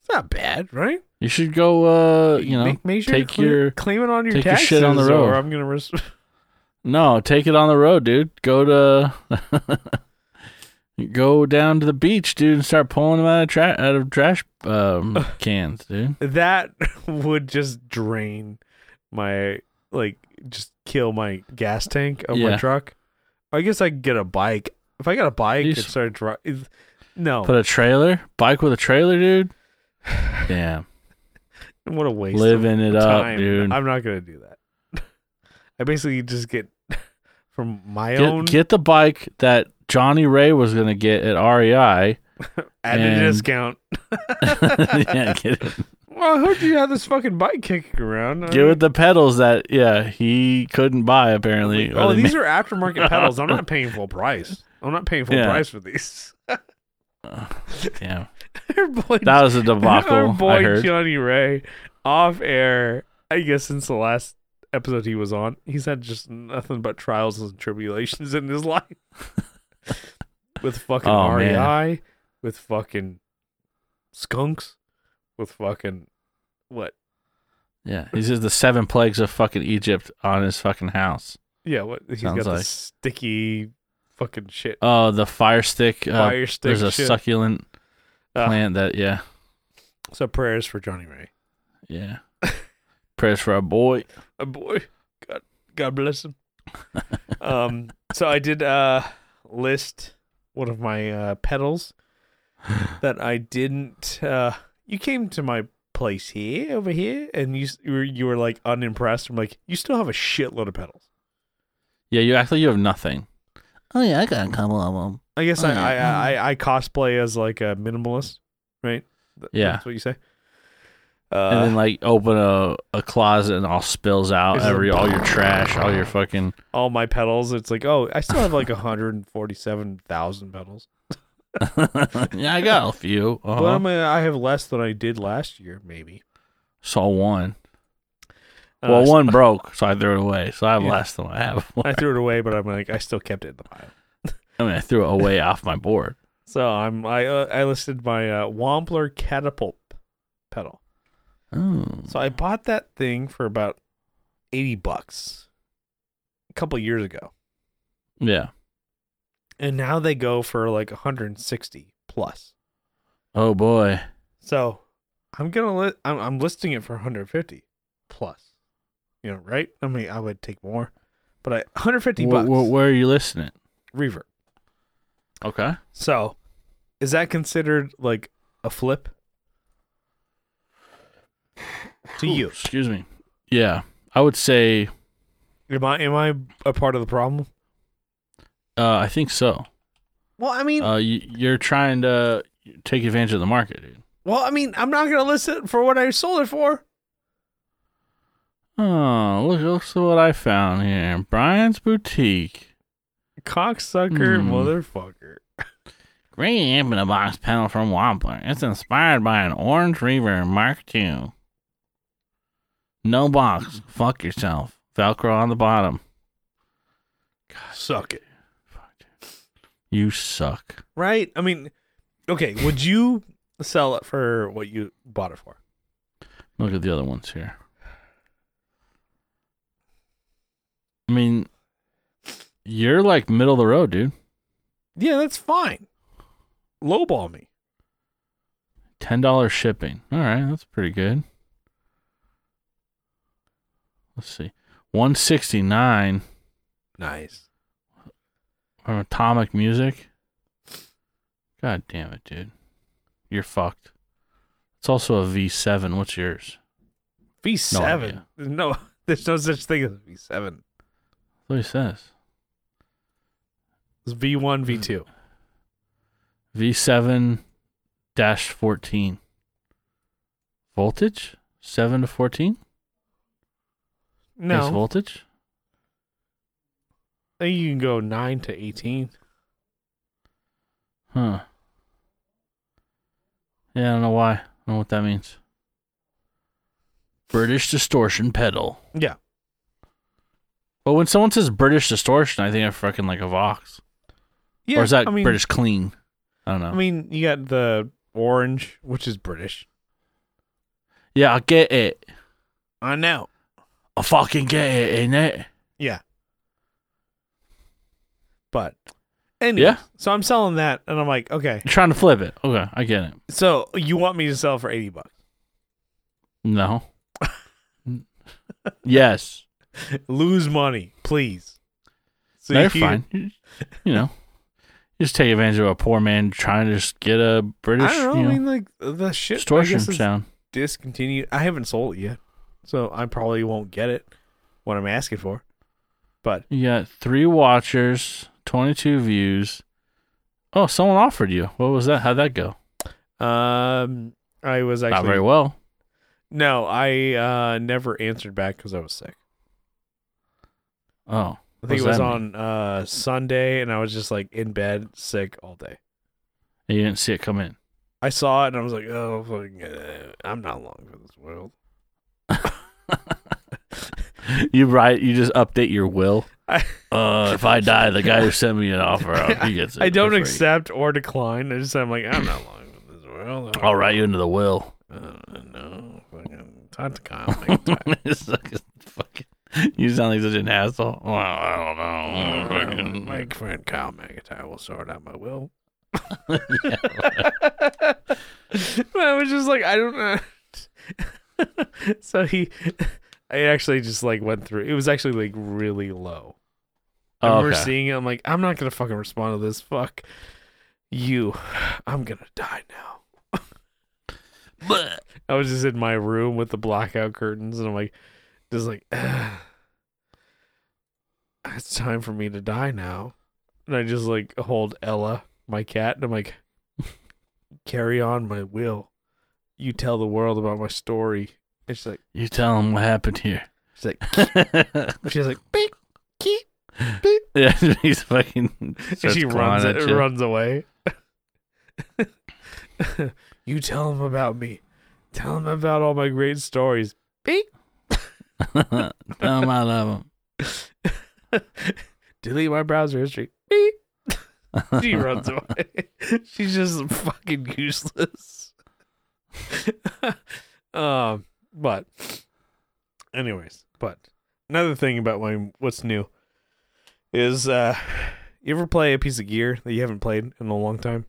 [SPEAKER 1] It's not bad, right?
[SPEAKER 2] You should go. Uh, you know,
[SPEAKER 1] make, make sure
[SPEAKER 2] take
[SPEAKER 1] you clear,
[SPEAKER 2] your-
[SPEAKER 1] claim it on your
[SPEAKER 2] take your
[SPEAKER 1] taxes,
[SPEAKER 2] shit on the
[SPEAKER 1] or
[SPEAKER 2] road.
[SPEAKER 1] I'm gonna. Res-
[SPEAKER 2] no, take it on the road, dude. Go to. go down to the beach, dude, and start pulling them out of tra- out of trash um, cans, dude.
[SPEAKER 1] that would just drain my like just kill my gas tank of my
[SPEAKER 2] Yeah.
[SPEAKER 1] truck. I guess I could get a bike. If I got a bike
[SPEAKER 2] You
[SPEAKER 1] and
[SPEAKER 2] s-
[SPEAKER 1] start driving, no,
[SPEAKER 2] Put a trailer, bike with a trailer, dude. Damn,
[SPEAKER 1] what a waste. of
[SPEAKER 2] living it up,
[SPEAKER 1] time.
[SPEAKER 2] dude.
[SPEAKER 1] I'm not gonna do that. I basically just get from my own
[SPEAKER 2] Get, get the bike that Johnny Ray was gonna get at E REI.
[SPEAKER 1] at a
[SPEAKER 2] and-
[SPEAKER 1] discount.
[SPEAKER 2] yeah, get it.
[SPEAKER 1] Well, I heard you had this fucking bike kicking around. I
[SPEAKER 2] Get
[SPEAKER 1] mean,
[SPEAKER 2] with the pedals that yeah he couldn't buy apparently. or
[SPEAKER 1] oh,
[SPEAKER 2] they
[SPEAKER 1] these are aftermarket pedals. I'm not paying full price. I'm not paying full
[SPEAKER 2] Yeah.
[SPEAKER 1] price for these.
[SPEAKER 2] made- yeah.
[SPEAKER 1] They're blade
[SPEAKER 2] that was a
[SPEAKER 1] Our
[SPEAKER 2] debacle.
[SPEAKER 1] boy
[SPEAKER 2] I heard.
[SPEAKER 1] Johnny Ray, off air, I guess since the last episode he was on, he's had just nothing but trials and tribulations in his life. with fucking
[SPEAKER 2] Oh,
[SPEAKER 1] REI,
[SPEAKER 2] man.
[SPEAKER 1] with fucking skunks, with fucking what?
[SPEAKER 2] Yeah, he says the seven plagues of fucking Egypt on his fucking house.
[SPEAKER 1] Yeah, what? He's
[SPEAKER 2] Sounds
[SPEAKER 1] got
[SPEAKER 2] like-
[SPEAKER 1] this sticky fucking shit.
[SPEAKER 2] Oh, the fire stick. Uh,
[SPEAKER 1] Fire stick
[SPEAKER 2] there's a
[SPEAKER 1] shit.
[SPEAKER 2] succulent
[SPEAKER 1] Ah.
[SPEAKER 2] plant that yeah
[SPEAKER 1] so prayers for Johnny Ray.
[SPEAKER 2] yeah. Prayers for our boy.
[SPEAKER 1] a boy. God, God bless him. um, so I did uh, list one of my uh, pedals that I didn't. Uh, you came to my place here, over here, and you s- you were, you were like unimpressed. I'm like, you still have a shitload of pedals.
[SPEAKER 2] Yeah, you act like you have nothing. Oh yeah, I got a couple of them.
[SPEAKER 1] I guess I,
[SPEAKER 2] Oh, yeah.
[SPEAKER 1] I, I I cosplay as like a minimalist, right? Th-
[SPEAKER 2] Yeah.
[SPEAKER 1] that's what you say.
[SPEAKER 2] and then
[SPEAKER 1] Uh,
[SPEAKER 2] like open a, a closet and all spills out
[SPEAKER 1] It's just-
[SPEAKER 2] every all your trash, all your fucking
[SPEAKER 1] all my pedals, it's like, oh, I still have like 147,000 pedals.
[SPEAKER 2] yeah, I got a few. Uh-huh.
[SPEAKER 1] But I'm a, I have less than I did last year, maybe.
[SPEAKER 2] Saw one.
[SPEAKER 1] Uh,
[SPEAKER 2] Well,
[SPEAKER 1] so
[SPEAKER 2] one broke, so I threw it away. So I have
[SPEAKER 1] Yeah.
[SPEAKER 2] less than I have.
[SPEAKER 1] I threw it away, but I'm like I still kept it in the pile.
[SPEAKER 2] I mean, I threw it away off my board.
[SPEAKER 1] So I'm I uh, I listed my uh, Wampler catapult pedal.
[SPEAKER 2] Oh,
[SPEAKER 1] So I bought that thing for about eighty bucks a couple years ago,
[SPEAKER 2] yeah.
[SPEAKER 1] and now they go for like 160 plus.
[SPEAKER 2] Oh boy.
[SPEAKER 1] So I'm gonna li- I'm I'm listing it for 150 plus. You know, right? I mean, I would take more, but I 150
[SPEAKER 2] Wh-
[SPEAKER 1] bucks
[SPEAKER 2] wh- where are you listening?
[SPEAKER 1] reverb.
[SPEAKER 2] Okay.
[SPEAKER 1] So, is that considered like a flip? To you,
[SPEAKER 2] Excuse me. Yeah, I would say.
[SPEAKER 1] am I am I a part of the problem?
[SPEAKER 2] Uh, I think so.
[SPEAKER 1] Well, I mean,
[SPEAKER 2] Uh, you, you're trying to take advantage of the market, dude.
[SPEAKER 1] well, I mean, I'm not gonna list it for what I sold it for.
[SPEAKER 2] Oh, look! Look at what I found here. Brian's boutique.
[SPEAKER 1] Cocksucker,
[SPEAKER 2] Hmm.
[SPEAKER 1] motherfucker.
[SPEAKER 2] Great amp in a box pedal from Wampler. It's inspired by an orange reverb Mark II. No box. Fuck yourself. Velcro on the bottom.
[SPEAKER 1] Suck it,
[SPEAKER 2] You suck.
[SPEAKER 1] right? I mean, okay. Would you sell it for what you bought it for?
[SPEAKER 2] Look at the other ones here. I mean, you're like middle of the road, dude.
[SPEAKER 1] Yeah, that's fine. Lowball me.
[SPEAKER 2] Ten dollars shipping. All right, that's pretty good. Let's see, one sixty nine
[SPEAKER 1] Nice.
[SPEAKER 2] from Atomic Music. God damn it, dude. You're fucked. It's also a V7. What's yours?
[SPEAKER 1] V seven.
[SPEAKER 2] idea.
[SPEAKER 1] No, there's no such thing as V seven.
[SPEAKER 2] That's what he says.
[SPEAKER 1] It's V one, V two.
[SPEAKER 2] V7 dash 14. Voltage? 7 to 14? Base
[SPEAKER 1] No,
[SPEAKER 2] voltage?
[SPEAKER 1] I think you can go nine to eighteen.
[SPEAKER 2] Huh. Yeah, I don't know why. I don't know what that means. British distortion pedal.
[SPEAKER 1] Yeah.
[SPEAKER 2] But when someone says British distortion, I think of fucking like a Vox.
[SPEAKER 1] Yeah.
[SPEAKER 2] or is that
[SPEAKER 1] I mean,
[SPEAKER 2] British clean? I don't know.
[SPEAKER 1] I mean, you got the orange, which is British.
[SPEAKER 2] yeah, I get it.
[SPEAKER 1] I know.
[SPEAKER 2] I fucking get it, innit?
[SPEAKER 1] Yeah. But anyway,
[SPEAKER 2] Yeah.
[SPEAKER 1] so I'm selling that and I'm like, okay,
[SPEAKER 2] You're trying to flip it. Okay, I get it.
[SPEAKER 1] so you want me to sell for 80 bucks.
[SPEAKER 2] No. yes.
[SPEAKER 1] Lose money, please. So
[SPEAKER 2] no,
[SPEAKER 1] you
[SPEAKER 2] you're
[SPEAKER 1] can-
[SPEAKER 2] fine. You, you know, you just take advantage of a poor man trying to just get a British
[SPEAKER 1] I don't know.
[SPEAKER 2] you
[SPEAKER 1] I
[SPEAKER 2] know,
[SPEAKER 1] mean, like the shit I
[SPEAKER 2] distortion
[SPEAKER 1] guess is
[SPEAKER 2] sound.
[SPEAKER 1] discontinued. I haven't sold it yet, so I probably won't get it what I'm asking for. But
[SPEAKER 2] You got three watchers, 22 views. Oh, someone offered you. What was that? How'd that go?
[SPEAKER 1] um, I was actually
[SPEAKER 2] Not very well.
[SPEAKER 1] no, I uh never answered back because I was sick.
[SPEAKER 2] Oh,
[SPEAKER 1] I
[SPEAKER 2] What
[SPEAKER 1] think
[SPEAKER 2] does
[SPEAKER 1] it was
[SPEAKER 2] that
[SPEAKER 1] on uh Sunday, and I was just like in bed, sick all day.
[SPEAKER 2] and you didn't see it come in.
[SPEAKER 1] I saw it and I was like, oh, fucking, uh, I'm not long for this world.
[SPEAKER 2] You write. You just update your will.
[SPEAKER 1] I-
[SPEAKER 2] uh, if I die, the guy who sent me an offer, uh, he gets it.
[SPEAKER 1] I don't
[SPEAKER 2] for free.
[SPEAKER 1] accept or decline. I just, I'm like, I'm not long for this world.
[SPEAKER 2] I'll write you into the will.
[SPEAKER 1] Uh, no, fucking, talk to Kyle. I'm like,
[SPEAKER 2] It's like a fucking- you sound like such an asshole. Well, I don't know. Fucking-
[SPEAKER 1] My friend Kyle McIntyre will sort out my will. I was just like, I don't know. so he, I actually just like went through. It was actually like really low. I
[SPEAKER 2] Oh,
[SPEAKER 1] remember
[SPEAKER 2] okay.
[SPEAKER 1] seeing it. I'm like, I'm not gonna fucking respond to this. Fuck you. I'm gonna die now.
[SPEAKER 2] Bleh.
[SPEAKER 1] I was just in my room with the blackout curtains, and I'm like, just like, it's time for me to die now. And I just like hold Ella, my cat, and I'm like, carry on my will. You tell the world about my story. And she's like,
[SPEAKER 2] You tell him what happened here.
[SPEAKER 1] she's like, she's like, beep, keep.
[SPEAKER 2] yeah, he's fucking.
[SPEAKER 1] And
[SPEAKER 2] starts
[SPEAKER 1] she
[SPEAKER 2] clawing
[SPEAKER 1] runs
[SPEAKER 2] at
[SPEAKER 1] it
[SPEAKER 2] you.
[SPEAKER 1] runs away. you tell him about me. Tell him about all my great stories. Beep.
[SPEAKER 2] tell him I love
[SPEAKER 1] Delete my browser history. Beep. She runs away. She's just fucking useless. um, but anyways, but another thing about my what's new is uh you ever play a piece of gear that you haven't played in a long time?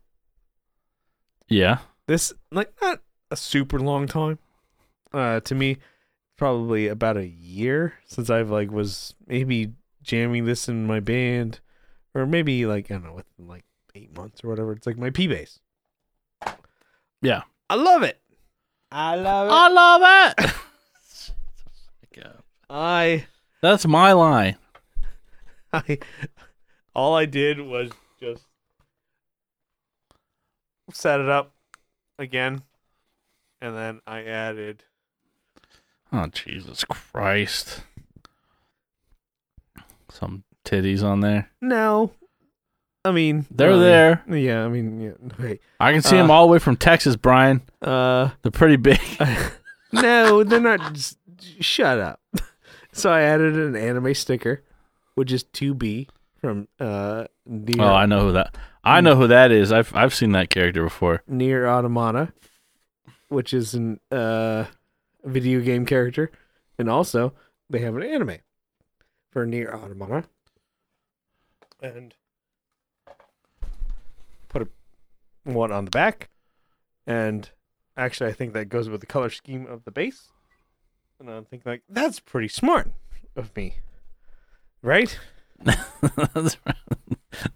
[SPEAKER 2] Yeah.
[SPEAKER 1] this like not a super long time uh to me probably about a year since i've like was maybe jamming this in my band or maybe like i don't know within like eight months or whatever it's like my p bass
[SPEAKER 2] Yeah.
[SPEAKER 1] i love it i love
[SPEAKER 2] I love it.
[SPEAKER 1] i
[SPEAKER 2] That's my line.
[SPEAKER 1] i all i did was just set it up again and then i added
[SPEAKER 2] Oh Jesus Christ! Some titties on there.
[SPEAKER 1] No. I mean,
[SPEAKER 2] They're
[SPEAKER 1] uh,
[SPEAKER 2] there.
[SPEAKER 1] Yeah, I mean, yeah. Wait.
[SPEAKER 2] I can see
[SPEAKER 1] Uh,
[SPEAKER 2] them all the way from Texas, Brian.
[SPEAKER 1] Uh,
[SPEAKER 2] They're pretty big.
[SPEAKER 1] no, they're not. just- shut up. So I added an anime sticker, which is 2B from uh near
[SPEAKER 2] Oh, I know who that. I know who that is. I've I've seen that character before.
[SPEAKER 1] near Automata, which is an uh video game character, and also they have an anime for near Automata, and put a, one on the back, and actually I think that goes with the color scheme of the base, and I'm thinking like that's pretty smart of me, right?
[SPEAKER 2] That's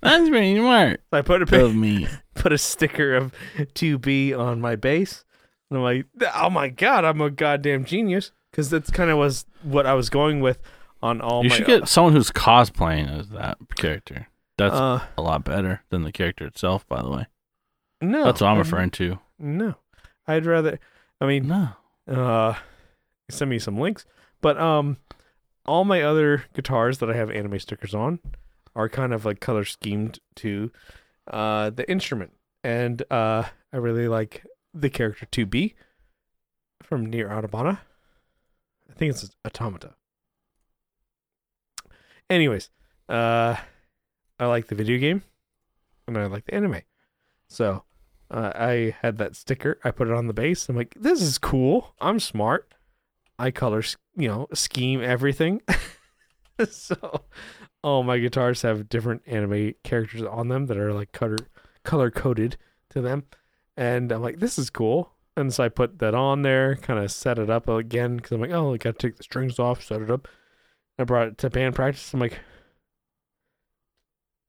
[SPEAKER 2] that's pretty smart
[SPEAKER 1] So I put a pic-
[SPEAKER 2] of me.
[SPEAKER 1] put a sticker of 2B on my base. And I'm like, oh my god, I'm a goddamn genius because that's kind of was what I was going with on all Oh
[SPEAKER 2] you
[SPEAKER 1] my.
[SPEAKER 2] should get someone who's cosplaying as that character. That's
[SPEAKER 1] uh,
[SPEAKER 2] a lot better than the character itself, by the way.
[SPEAKER 1] no,
[SPEAKER 2] That's what I'm
[SPEAKER 1] I'd-
[SPEAKER 2] referring to.
[SPEAKER 1] No, I'd rather. I mean,
[SPEAKER 2] No.
[SPEAKER 1] uh, send me some links. But um, all my other guitars that I have anime stickers on are kind of like color schemed to uh the instrument, and uh, I really like the character 2B from Near Autobana.
[SPEAKER 3] I think it's Automata.
[SPEAKER 1] Anyways, uh, I like the video game, and I like the anime. So, uh, I had that sticker. I put it on the base. I'm like, this is cool. I'm smart. I color, s- you know, scheme everything. so, all my guitars have different anime characters on them that are like color color coded to them, and I'm like, this is cool. And so I put that on there, kind of set it up again because I'm like, oh, I got to take the strings off, set it up. I brought it to band practice. I'm like,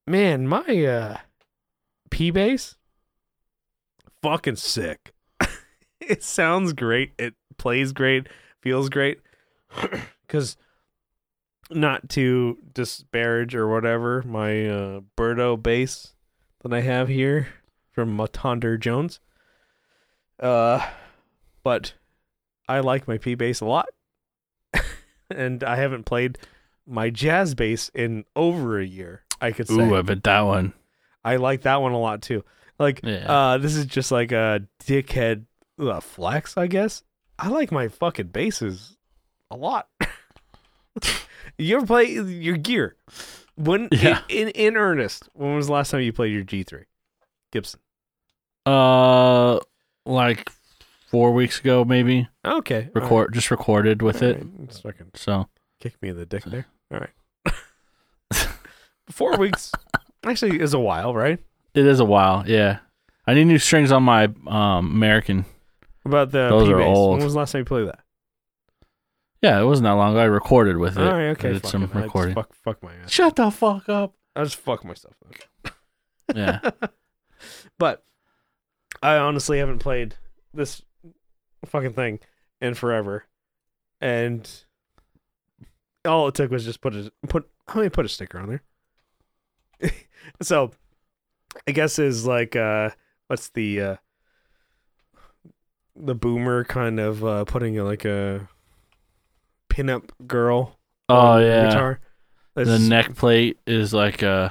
[SPEAKER 1] man, my uh, P bass, fucking sick. it sounds great. It plays great. Feels great. Because not to disparage or whatever my uh, Birdo bass that I have here from Matander Jones. Uh, but I like my P bass a lot, and I haven't played my jazz bass in over a year. I could say
[SPEAKER 2] Ooh, I bet that one.
[SPEAKER 1] I like that one a lot too. Like,
[SPEAKER 2] Yeah.
[SPEAKER 1] uh, this is just like a dickhead uh, flex, I guess. I like my fucking bases a lot. you ever play your gear? When
[SPEAKER 2] Yeah.
[SPEAKER 1] in, in in earnest, when was the last time you played your G three, Gibson?
[SPEAKER 2] Uh, like four weeks ago, maybe.
[SPEAKER 1] Okay, all right.
[SPEAKER 2] Record just recorded with
[SPEAKER 1] All
[SPEAKER 2] it.
[SPEAKER 1] right. It's fucking
[SPEAKER 2] So
[SPEAKER 1] kick me in the dick there. All right, four weeks actually is a while, right?
[SPEAKER 2] it is a while. Yeah, I need new strings on my um American.
[SPEAKER 1] About the
[SPEAKER 2] Those
[SPEAKER 1] P
[SPEAKER 2] are
[SPEAKER 1] bass.
[SPEAKER 2] old.
[SPEAKER 1] When was the last time you played that?
[SPEAKER 2] Yeah, it wasn't that long ago. I recorded with it.
[SPEAKER 1] All right,
[SPEAKER 2] I
[SPEAKER 1] okay,
[SPEAKER 2] did
[SPEAKER 1] fuck
[SPEAKER 2] some
[SPEAKER 1] it. I just
[SPEAKER 2] recording.
[SPEAKER 1] Fuck, fuck my ass.
[SPEAKER 2] Shut the fuck up.
[SPEAKER 1] I just fuck myself. Okay.
[SPEAKER 2] Yeah.
[SPEAKER 1] But I honestly haven't played this fucking thing in forever, and all it took was just put a put. I mean, put a sticker on there. so, I guess is like uh, what's the uh, the boomer kind of uh, putting like a pinup girl.
[SPEAKER 2] Oh
[SPEAKER 1] on the
[SPEAKER 2] yeah.
[SPEAKER 1] guitar.
[SPEAKER 2] The
[SPEAKER 1] That's-
[SPEAKER 2] neck plate is like uh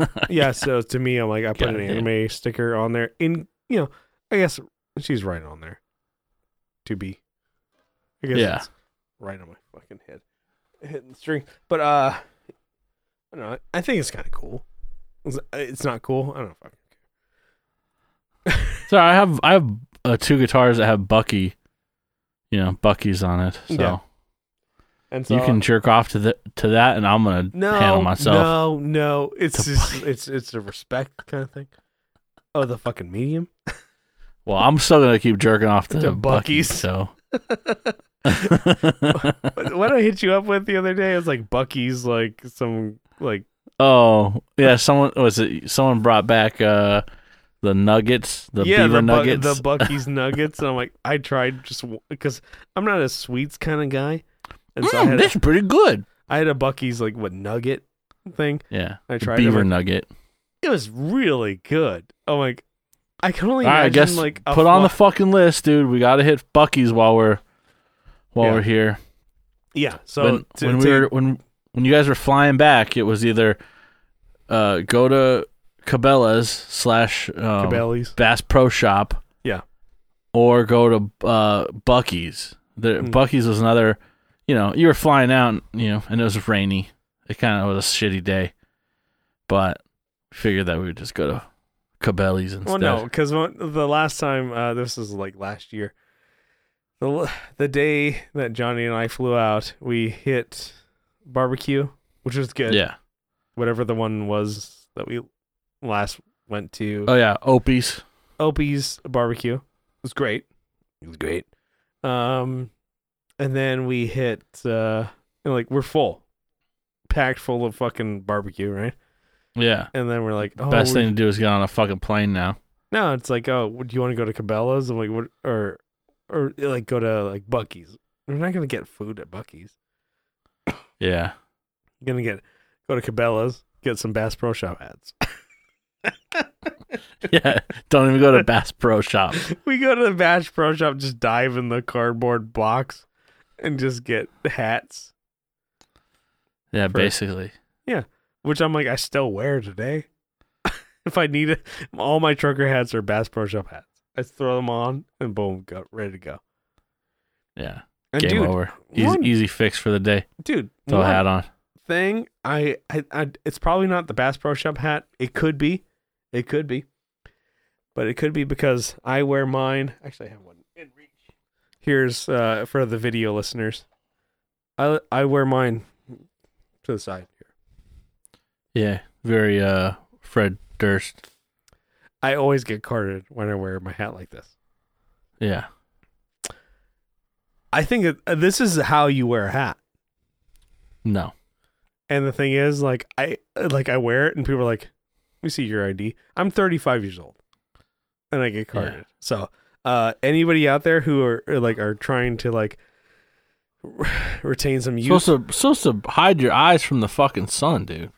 [SPEAKER 1] yeah, so to me, I'm like, I put an
[SPEAKER 2] Goddamn.
[SPEAKER 1] anime sticker on there. In you know, I guess she's right on there. To be, I guess
[SPEAKER 2] Yeah.
[SPEAKER 1] it's right on my fucking head, hitting the string. But uh, I don't know. I think it's kind of cool. It's, it's not cool. I don't know. If I
[SPEAKER 2] So I have I have uh, two guitars that have Bucky, you know, Bucky's on it. So
[SPEAKER 1] Yeah. And so
[SPEAKER 2] you can jerk off to the to that, and I'm gonna
[SPEAKER 1] no,
[SPEAKER 2] handle myself.
[SPEAKER 1] no, no. It's
[SPEAKER 2] To
[SPEAKER 1] just
[SPEAKER 2] fuck.
[SPEAKER 1] it's it's a respect kind of thing. Oh, the fucking medium.
[SPEAKER 2] Well, I'm still gonna keep jerking off to,
[SPEAKER 1] To
[SPEAKER 2] Bucky.
[SPEAKER 1] Bucky's.
[SPEAKER 2] So
[SPEAKER 1] What what I hit you up with the other day is like Bucky's, like some like
[SPEAKER 2] oh yeah, someone was it? Someone brought back uh the nuggets, the beaver
[SPEAKER 1] the Buc-
[SPEAKER 2] nuggets.
[SPEAKER 1] the Bucky's nuggets. And I'm like, I tried just because I'm not a sweets kind of guy, and so I
[SPEAKER 2] Mm,
[SPEAKER 1] had a,
[SPEAKER 2] that's pretty good.
[SPEAKER 1] I had a Bucky's like what nugget thing.
[SPEAKER 2] Yeah,
[SPEAKER 1] I
[SPEAKER 2] the
[SPEAKER 1] tried it,
[SPEAKER 2] beaver
[SPEAKER 1] like-
[SPEAKER 2] nugget.
[SPEAKER 1] It was really good. I'm like, I can only
[SPEAKER 2] All right, I
[SPEAKER 1] imagine
[SPEAKER 2] guess
[SPEAKER 1] like a
[SPEAKER 2] put on the
[SPEAKER 1] fly-
[SPEAKER 2] fucking list, dude. We gotta hit Bucky's while we're while
[SPEAKER 1] Yeah.
[SPEAKER 2] we're here.
[SPEAKER 1] yeah. So
[SPEAKER 2] when,
[SPEAKER 1] to-
[SPEAKER 2] when we
[SPEAKER 1] to-
[SPEAKER 2] were when when you guys were flying back, it was either uh, go to Cabela's slash um,
[SPEAKER 1] Cabela's.
[SPEAKER 2] Bass Pro Shop,
[SPEAKER 1] Yeah.
[SPEAKER 2] or go to uh, Bucky's. The
[SPEAKER 1] Mm.
[SPEAKER 2] Bucky's was another. You know, you were flying out, you know, and it was rainy. It kind of was a shitty day, but figured that we would just go to Cabela's instead.
[SPEAKER 1] Well, no, because the last time uh, this was like last year, the l- the day that Johnny and I flew out, we hit barbecue, which was good.
[SPEAKER 2] Yeah.
[SPEAKER 1] whatever the one was that we last went to.
[SPEAKER 2] Oh yeah, Opie's.
[SPEAKER 1] Opie's barbecue. It was great. It was great. Um and then we hit uh you know, like we're full. Packed full of fucking barbecue, right?
[SPEAKER 2] Yeah.
[SPEAKER 1] And then we're like, oh,
[SPEAKER 2] Best
[SPEAKER 1] we-
[SPEAKER 2] thing to do is get on a fucking plane now.
[SPEAKER 1] No, it's like, oh, do you want to go to Cabela's? I'm like, what? Or, or like go to like Bucky's. We're not gonna get food at Bucky's.
[SPEAKER 2] Yeah.
[SPEAKER 1] You're gonna get go to Cabela's, get some Bass Pro Shop ads.
[SPEAKER 2] Yeah. Don't even go to Bass Pro Shop.
[SPEAKER 1] we go to the Bass Pro Shop, just dive in the cardboard box, and just get hats.
[SPEAKER 2] Yeah,
[SPEAKER 1] for-
[SPEAKER 2] basically.
[SPEAKER 1] which I'm like, I still wear today. if I need it, all my trucker hats are Bass Pro Shop hats. I throw them on and boom, go ready to go.
[SPEAKER 2] Yeah. Game
[SPEAKER 1] dude,
[SPEAKER 2] over. Easy,
[SPEAKER 1] one-
[SPEAKER 2] easy fix for the day.
[SPEAKER 1] dude,
[SPEAKER 2] Throw a
[SPEAKER 1] one
[SPEAKER 2] hat on.
[SPEAKER 1] thing I, I, I, it's probably not the Bass Pro Shop hat. It could be, it could be, but it could be because I wear mine. Actually, I have one in reach. Here's uh, for the video listeners. I I wear mine to the side here.
[SPEAKER 2] Yeah, very uh Fred Durst.
[SPEAKER 1] I always get carded when I wear my hat like this.
[SPEAKER 2] Yeah,
[SPEAKER 1] I think that uh, this is how you wear a hat.
[SPEAKER 2] no.
[SPEAKER 1] And the thing is, like I like I wear it, and people are like, "Let me see your ID." I'm 35 years old, and I get
[SPEAKER 2] Yeah.
[SPEAKER 1] carded. So, uh, anybody out there who are, are like are trying to like retain some youth,
[SPEAKER 2] supposed to supposed to hide your eyes from the fucking sun, dude.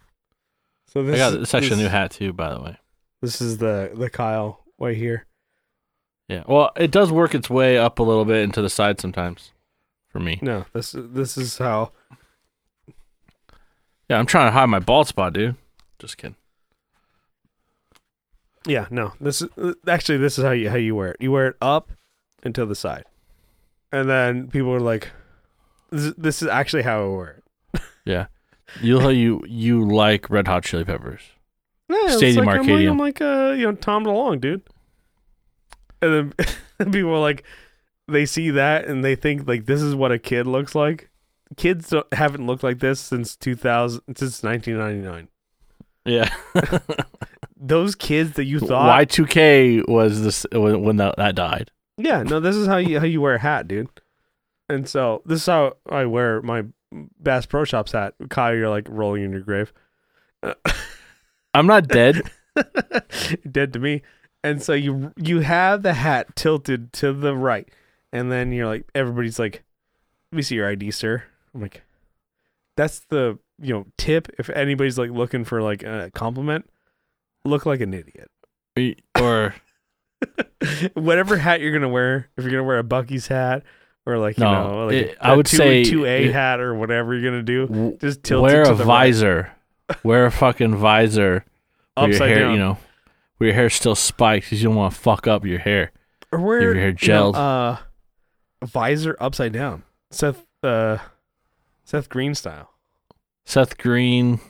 [SPEAKER 1] so
[SPEAKER 2] I
[SPEAKER 1] this
[SPEAKER 2] got
[SPEAKER 1] is-
[SPEAKER 2] it's actually a
[SPEAKER 1] this-
[SPEAKER 2] new hat too, by the way.
[SPEAKER 1] This is the the Kyle way here.
[SPEAKER 2] Yeah. Well, it does work its way up a little bit and to the side sometimes for me.
[SPEAKER 1] No, this this is how
[SPEAKER 2] Yeah, I'm trying to hide my bald spot, dude. Just kidding.
[SPEAKER 1] Yeah, no. This is actually this is how you how you wear it. You wear it up and to the side, and then people are like, "This, this is actually how I wear it."
[SPEAKER 2] Yeah. You know how you you like Red Hot Chili Peppers.
[SPEAKER 1] Yeah, it's
[SPEAKER 2] Stadium
[SPEAKER 1] like, I'm like-
[SPEAKER 2] Arcadium.
[SPEAKER 1] I'm like, uh, you know, Tom DeLonge, dude. And then people are like, they see that and they think like this is what a kid looks like. Kids don't, haven't looked like this since 2000 since 1999.
[SPEAKER 2] Yeah.
[SPEAKER 1] Those kids that you thought
[SPEAKER 2] Y2K was this when when that, that died.
[SPEAKER 1] Yeah, no, this is how you how you wear a hat, dude. And so this is how I wear my Bass Pro Shops hat. Kyle, you're like rolling in your grave,
[SPEAKER 2] I'm not dead.
[SPEAKER 1] dead to me. And so you you have the hat tilted to the right, and then you're like everybody's like, "Let me see your ID, sir." I'm like, that's the you know tip. If anybody's like looking for like a compliment, look like an idiot.
[SPEAKER 2] or
[SPEAKER 1] Whatever hat you're gonna wear, if you're gonna wear a Bucky's hat or like you
[SPEAKER 2] No,
[SPEAKER 1] know, like
[SPEAKER 2] it-
[SPEAKER 1] a-
[SPEAKER 2] I
[SPEAKER 1] a
[SPEAKER 2] would
[SPEAKER 1] two,
[SPEAKER 2] say
[SPEAKER 1] two A
[SPEAKER 2] it-
[SPEAKER 1] hat or whatever you're gonna do,
[SPEAKER 2] w-
[SPEAKER 1] just tilt
[SPEAKER 2] wear
[SPEAKER 1] it to
[SPEAKER 2] a
[SPEAKER 1] the
[SPEAKER 2] visor. wear a fucking visor.
[SPEAKER 1] right,
[SPEAKER 2] where your
[SPEAKER 1] upside
[SPEAKER 2] hair,
[SPEAKER 1] down,
[SPEAKER 2] you know, where your hair's still spiked because you don't want to fuck up your hair.
[SPEAKER 1] or wear
[SPEAKER 2] your hair
[SPEAKER 1] you know,
[SPEAKER 2] gelled.
[SPEAKER 1] uh, a visor upside down. Seth, uh, Seth Green style.
[SPEAKER 2] Seth Green,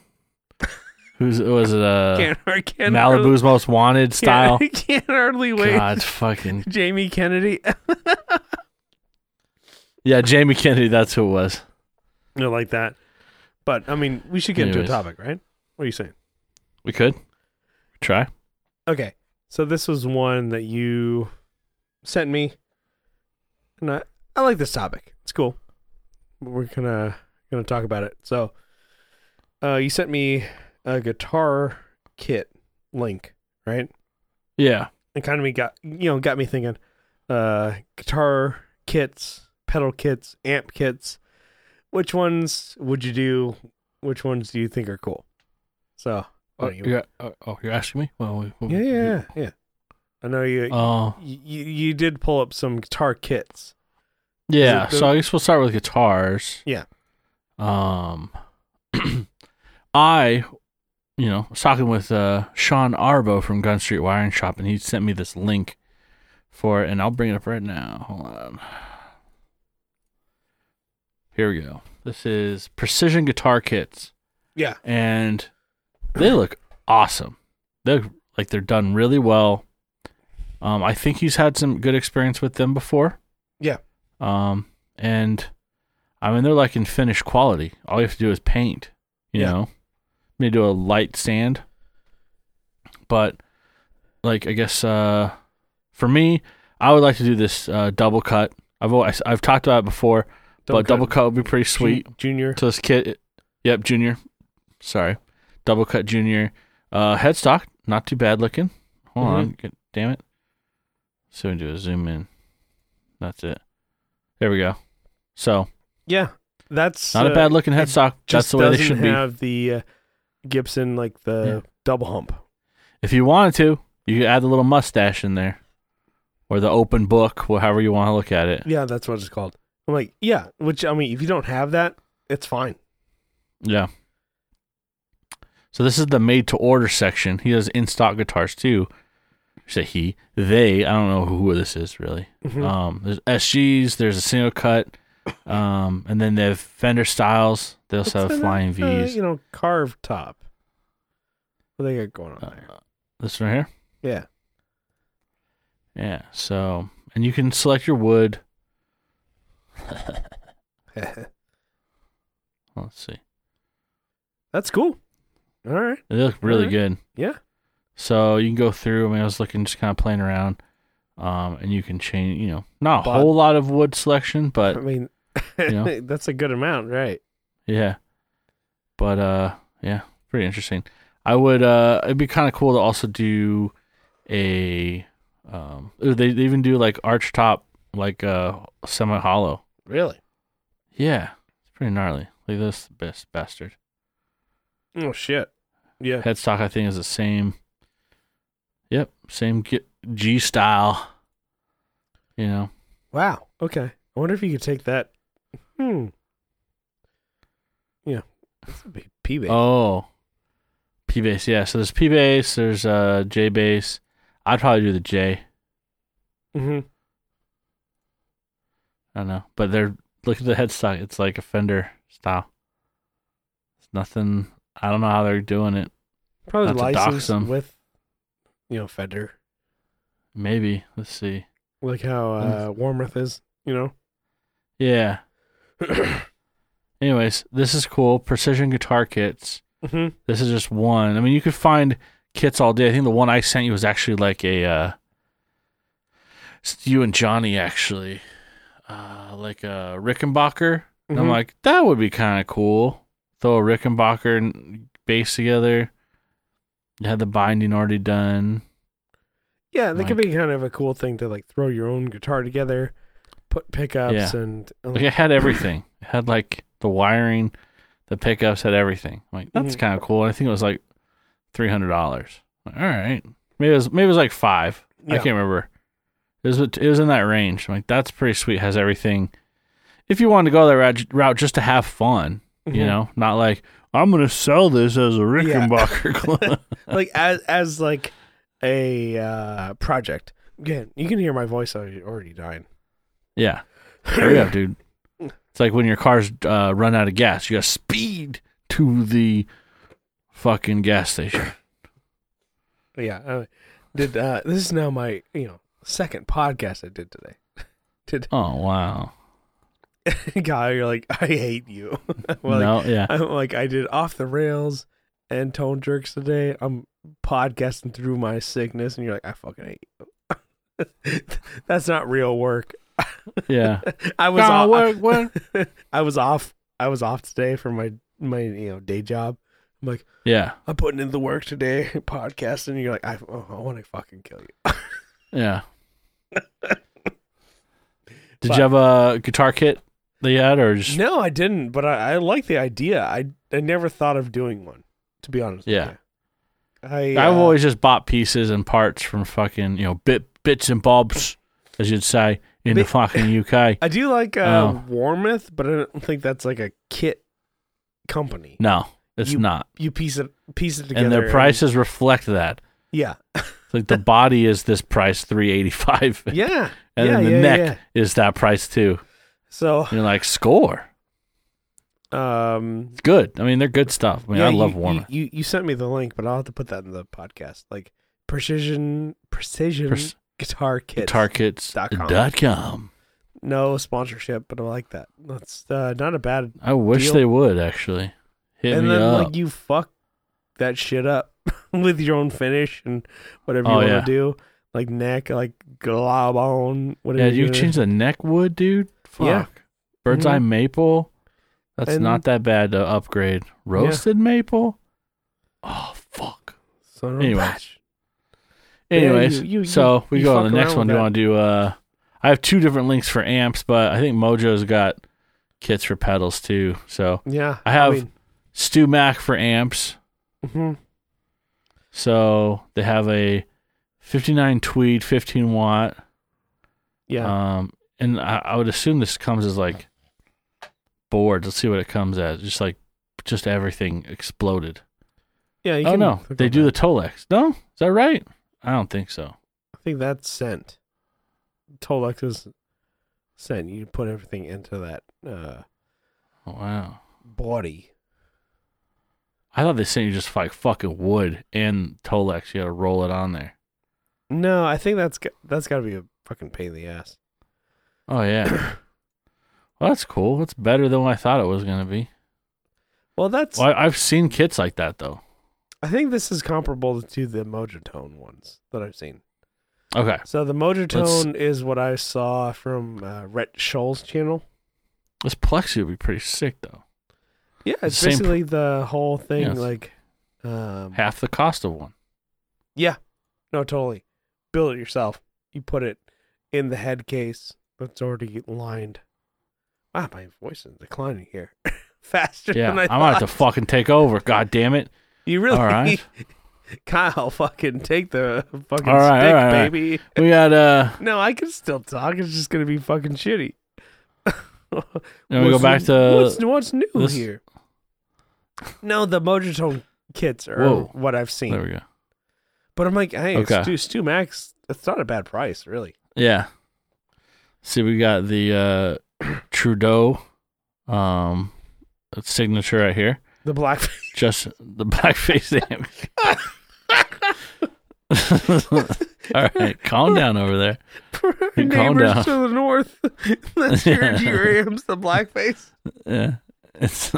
[SPEAKER 2] who's was it? Uh,
[SPEAKER 1] Can't, I can't hardly-
[SPEAKER 2] Malibu's Most Wanted style.
[SPEAKER 1] Can't, can't hardly wait.
[SPEAKER 2] God, fucking
[SPEAKER 1] Jamie Kennedy.
[SPEAKER 2] yeah, Jamie Kennedy. That's who it was.
[SPEAKER 1] you know, like that. But I mean, we should get
[SPEAKER 2] Anyways.
[SPEAKER 1] into a topic, right? What are you saying?
[SPEAKER 2] We could try.
[SPEAKER 1] Okay. So this was one that you sent me. And I, I like this topic. It's cool. We're gonna gonna talk about it. So uh you sent me a guitar kit link, right?
[SPEAKER 2] Yeah,
[SPEAKER 1] And kind of me got you know, got me thinking uh guitar kits, pedal kits, amp kits. Which ones would you do? Which ones do you think are cool? So why
[SPEAKER 2] oh,
[SPEAKER 1] don't you-
[SPEAKER 2] you're, oh, oh, you're asking me. Well, we, we-
[SPEAKER 1] yeah, yeah, yeah. I know you,
[SPEAKER 2] Oh,
[SPEAKER 1] you you you did pull up some guitar kits.
[SPEAKER 2] yeah.
[SPEAKER 1] Is it the-
[SPEAKER 2] so I guess we'll start with guitars.
[SPEAKER 1] Yeah.
[SPEAKER 2] Um, I, you know, was talking with uh, Sean Arbo from Gun Street Wiring Shop, and he sent me this link for, it, and I'll bring it up right now. Hold on. Here we go. This is Precision Guitar Kits.
[SPEAKER 1] Yeah.
[SPEAKER 2] and they look awesome. They are like they're done really well. Um, I think he's had some good experience with them before.
[SPEAKER 1] Yeah.
[SPEAKER 2] Um, and I mean they're like in finished quality. All you have to do is paint. You
[SPEAKER 1] Yeah.
[SPEAKER 2] know, maybe do a light sand. But like I guess uh, for me, I would like to do this uh, double cut. I've always, I've talked about it before, but double cut would be pretty sweet.
[SPEAKER 1] Jun- junior.
[SPEAKER 2] So this kid, yep, junior. Sorry, double cut junior. Uh, headstock, not too bad looking. Hold
[SPEAKER 1] Mm-hmm.
[SPEAKER 2] on, Get, damn it. So we do a zoom in. That's it. There we go. So
[SPEAKER 1] Yeah, that's
[SPEAKER 2] not a
[SPEAKER 1] uh,
[SPEAKER 2] bad looking headstock.
[SPEAKER 1] Just
[SPEAKER 2] That's the way they
[SPEAKER 1] doesn't
[SPEAKER 2] should be.
[SPEAKER 1] have the uh, Gibson like the double hump.
[SPEAKER 2] If you wanted to, you could add the little mustache in there, or the open book, or however you want to look at it.
[SPEAKER 1] Yeah, that's what it's called. I'm like, yeah. Which I mean, if you don't have that, it's fine.
[SPEAKER 2] Yeah. So this is the made to order section. He does in stock guitars too. Say he, they. I don't know who this is really.
[SPEAKER 1] Mhm.
[SPEAKER 2] Um, there's SGs. There's a single cut. Um, and then they have fender styles. They also
[SPEAKER 1] What's
[SPEAKER 2] have
[SPEAKER 1] in
[SPEAKER 2] flying
[SPEAKER 1] that, uh,
[SPEAKER 2] V's.
[SPEAKER 1] you know, carved top. What they got going on
[SPEAKER 2] Uh,
[SPEAKER 1] there?
[SPEAKER 2] this right here.
[SPEAKER 1] Yeah.
[SPEAKER 2] Yeah. So, and you can select your wood. Let's see.
[SPEAKER 1] That's cool. All right.
[SPEAKER 2] They look really
[SPEAKER 1] Alright.
[SPEAKER 2] good.
[SPEAKER 1] Yeah.
[SPEAKER 2] So you can go through. I mean, I was looking, just kind of playing around, um, and you can change. You know, not a
[SPEAKER 1] But-
[SPEAKER 2] whole lot of wood selection,
[SPEAKER 1] I
[SPEAKER 2] but
[SPEAKER 1] mean,
[SPEAKER 2] Uh, know?
[SPEAKER 1] that's a good amount, right?
[SPEAKER 2] yeah, but uh, yeah, pretty interesting. I would. Uh, it'd be kind of cool to also do a. Um, ooh, they they even do like arch top, like uh, semi hollow.
[SPEAKER 1] Really?
[SPEAKER 2] Yeah, it's pretty gnarly. Like this best bastard
[SPEAKER 1] Oh shit. Yeah.
[SPEAKER 2] headstock. I think is the same. Yep, same G, G style. You know.
[SPEAKER 1] Wow. Okay. I wonder if you could take that. Hmm. Yeah. This would be P bass.
[SPEAKER 2] Oh, P bass. Yeah. So there's P bass. There's uh J bass. I'd probably do the J.
[SPEAKER 1] hmm
[SPEAKER 2] I don't know. But they're look at the headstock. It's like a Fender style. It's nothing. I don't know how they're doing it.
[SPEAKER 1] Probably
[SPEAKER 2] Not to dox them.
[SPEAKER 1] licensed with, you know, Fender,
[SPEAKER 2] Maybe let's see.
[SPEAKER 1] like how uh,
[SPEAKER 2] Mm.
[SPEAKER 1] Warmoth is. You know.
[SPEAKER 2] Yeah.
[SPEAKER 1] mm-hmm.
[SPEAKER 2] Anyways, this is cool. Precision guitar kits. This is just one. I mean, you could find kits all day. I think the one I sent you was actually like a uh it's you and Johnny actually. Uh like a Rickenbacker. And
[SPEAKER 1] Mm-hmm.
[SPEAKER 2] I'm like, that would be kind of cool. Throw a Rickenbacker and bass together. You had the binding already done.
[SPEAKER 1] yeah, that could
[SPEAKER 2] like-
[SPEAKER 1] be kind of a cool thing to like throw your own guitar together, put pickups
[SPEAKER 2] Yeah.
[SPEAKER 1] and. uh,
[SPEAKER 2] Like it had everything. it had like the wiring, the pickups had everything. I'm like that's
[SPEAKER 1] Mhm.
[SPEAKER 2] kind of cool. I think it was like three hundred dollars. All right, maybe it was maybe it was like five. I
[SPEAKER 1] Yeah.
[SPEAKER 2] can't remember. It was it was in that range. I'm like that's pretty sweet. Has everything. If you wanted to go that route, route just to have fun, you
[SPEAKER 1] Mhm.
[SPEAKER 2] know, not like I'm gonna sell this as a Rickenbacker club.
[SPEAKER 1] like as as like a uh project. Again, you can hear my voice already, already dying.
[SPEAKER 2] yeah, hurry up, dude. It's like when your car's uh, run out of gas, you gotta speed to the fucking gas station.
[SPEAKER 1] yeah. I did uh this is now my, you know, second podcast I did today.
[SPEAKER 2] Oh wow,
[SPEAKER 1] God, you're like, I hate you. well, like,
[SPEAKER 2] no, yeah,
[SPEAKER 1] I'm like I did off the rails and tone jerks today. I'm podcasting through my sickness and you're like, I fucking hate you. That's not real work.
[SPEAKER 2] yeah.
[SPEAKER 1] I was uh, off,
[SPEAKER 2] work, work.
[SPEAKER 1] I was off I was off today for my my you know day job. I'm like
[SPEAKER 2] yeah,
[SPEAKER 1] I'm putting in the work today, podcasting. And you're like, I, oh, I want to fucking kill you.
[SPEAKER 2] yeah. Did
[SPEAKER 1] But-
[SPEAKER 2] you have a guitar kit that you had, or just
[SPEAKER 1] No, I didn't, but I, I like the idea. I I never thought of doing one, to be honest. with
[SPEAKER 2] Yeah.
[SPEAKER 1] you. I
[SPEAKER 2] I've
[SPEAKER 1] uh,
[SPEAKER 2] always just bought pieces and parts from fucking you know bit bits and bobs, as you'd say in the
[SPEAKER 1] Bit-
[SPEAKER 2] fucking UK.
[SPEAKER 1] I do like uh,
[SPEAKER 2] Oh.
[SPEAKER 1] Warmoth, but I don't think that's like a kit company.
[SPEAKER 2] No, it's
[SPEAKER 1] You
[SPEAKER 2] not,
[SPEAKER 1] You piece it piece it together,
[SPEAKER 2] and their prices reflect that.
[SPEAKER 1] yeah,
[SPEAKER 2] It's like the body is this price three eighty five, and
[SPEAKER 1] yeah, yeah,
[SPEAKER 2] then the
[SPEAKER 1] yeah,
[SPEAKER 2] neck
[SPEAKER 1] yeah.
[SPEAKER 2] is that price too.
[SPEAKER 1] So,
[SPEAKER 2] And you're like score,
[SPEAKER 1] um,
[SPEAKER 2] it's good. I mean, they're good stuff. I mean, I
[SPEAKER 1] you-
[SPEAKER 2] love
[SPEAKER 1] you,
[SPEAKER 2] Warmoth.
[SPEAKER 1] You, you sent me the link, but I'll have to put that in the podcast. Like precision precision
[SPEAKER 2] Pers-
[SPEAKER 1] guitar kit. dot com.
[SPEAKER 2] Tarkits.com.
[SPEAKER 1] no sponsorship, but I like that. That's uh, not a bad.
[SPEAKER 2] I wish
[SPEAKER 1] Deal.
[SPEAKER 2] they would actually hit
[SPEAKER 1] and
[SPEAKER 2] me
[SPEAKER 1] then
[SPEAKER 2] up.
[SPEAKER 1] like you fuck that shit up with your own finish and whatever
[SPEAKER 2] Oh,
[SPEAKER 1] you want to
[SPEAKER 2] yeah.
[SPEAKER 1] do, like neck, like glob on. Whatever
[SPEAKER 2] yeah, you
[SPEAKER 1] gonna-
[SPEAKER 2] change the neck wood, dude. Fuck.
[SPEAKER 1] Yeah. Mm-hmm.
[SPEAKER 2] Bird's eye maple. That's
[SPEAKER 1] And-
[SPEAKER 2] not that bad to upgrade. Roasted maple. Oh fuck.
[SPEAKER 1] Son of a
[SPEAKER 2] Anyway.
[SPEAKER 1] bitch. Yeah,
[SPEAKER 2] Anyways,
[SPEAKER 1] you- you-
[SPEAKER 2] so
[SPEAKER 1] you-
[SPEAKER 2] we
[SPEAKER 1] you
[SPEAKER 2] go on
[SPEAKER 1] fuck
[SPEAKER 2] the next
[SPEAKER 1] around
[SPEAKER 2] one. Do
[SPEAKER 1] with
[SPEAKER 2] you
[SPEAKER 1] that.
[SPEAKER 2] want to do? Uh, I have two different links for amps, but I think Mojo's got kits for pedals too. So
[SPEAKER 1] yeah,
[SPEAKER 2] I have
[SPEAKER 1] mean,
[SPEAKER 2] Stu Mac for amps.
[SPEAKER 1] mhm.
[SPEAKER 2] So they have a 59 tweed, 15 watt.
[SPEAKER 1] yeah,
[SPEAKER 2] Um, and I, I would assume this comes as like boards. Let's see what it comes as. Just like, just everything exploded.
[SPEAKER 1] yeah. You
[SPEAKER 2] oh
[SPEAKER 1] can
[SPEAKER 2] no,
[SPEAKER 1] click
[SPEAKER 2] they
[SPEAKER 1] on
[SPEAKER 2] do
[SPEAKER 1] that.
[SPEAKER 2] the Tolex. No, is that right? I don't think so.
[SPEAKER 1] I think that's sent. Tolex is sent. You put everything into that uh,
[SPEAKER 2] Oh, Wow.
[SPEAKER 1] body.
[SPEAKER 2] I thought they sent you just like fucking wood and Tolex. You gotta roll it on there.
[SPEAKER 1] No, I think that's got, that's got to be a fucking pain in the ass.
[SPEAKER 2] Oh yeah. well, that's cool. That's better than what I thought it was gonna be.
[SPEAKER 1] Well, that's.
[SPEAKER 2] Well, I, I've seen kits like that though.
[SPEAKER 1] I think this is comparable to the Mojotone ones that I've seen.
[SPEAKER 2] Okay.
[SPEAKER 1] So the Mojotone is what I saw from uh, Rhett Scholl's channel.
[SPEAKER 2] This plexi would be pretty sick though.
[SPEAKER 1] Yeah, it's
[SPEAKER 2] Same pr-
[SPEAKER 1] basically the whole thing.
[SPEAKER 2] Yes.
[SPEAKER 1] Like, um,
[SPEAKER 2] Half the cost of one.
[SPEAKER 1] yeah, no, totally. Build it yourself. You put it in the head case that's already lined. Wow, my voice is declining here faster
[SPEAKER 2] Yeah.
[SPEAKER 1] than I
[SPEAKER 2] I'm
[SPEAKER 1] thought.
[SPEAKER 2] gonna have to fucking take over. God damn it.
[SPEAKER 1] you really,
[SPEAKER 2] All right.
[SPEAKER 1] Kyle, fucking take the fucking
[SPEAKER 2] All right,
[SPEAKER 1] stick,
[SPEAKER 2] all right, all right.
[SPEAKER 1] baby.
[SPEAKER 2] We got uh.
[SPEAKER 1] No, I can still talk. It's just gonna be fucking shitty.
[SPEAKER 2] And we go
[SPEAKER 1] What's-
[SPEAKER 2] back
[SPEAKER 1] what's,
[SPEAKER 2] to.
[SPEAKER 1] what's new
[SPEAKER 2] this-
[SPEAKER 1] here. No, the Mojotone kits are
[SPEAKER 2] Whoa.
[SPEAKER 1] what I've seen.
[SPEAKER 2] There we go.
[SPEAKER 1] But I'm like, hey,
[SPEAKER 2] Okay.
[SPEAKER 1] it's Stu, Stu Max. It's not a bad price, really.
[SPEAKER 2] Yeah. See, we got the uh, Trudeau um, signature right here.
[SPEAKER 1] The black.
[SPEAKER 2] Just the blackface damage. All right, calm down over there. Calm
[SPEAKER 1] neighbors
[SPEAKER 2] down.
[SPEAKER 1] to the north. That's your
[SPEAKER 2] Yeah.
[SPEAKER 1] GRAMs, the blackface.
[SPEAKER 2] Yeah, it's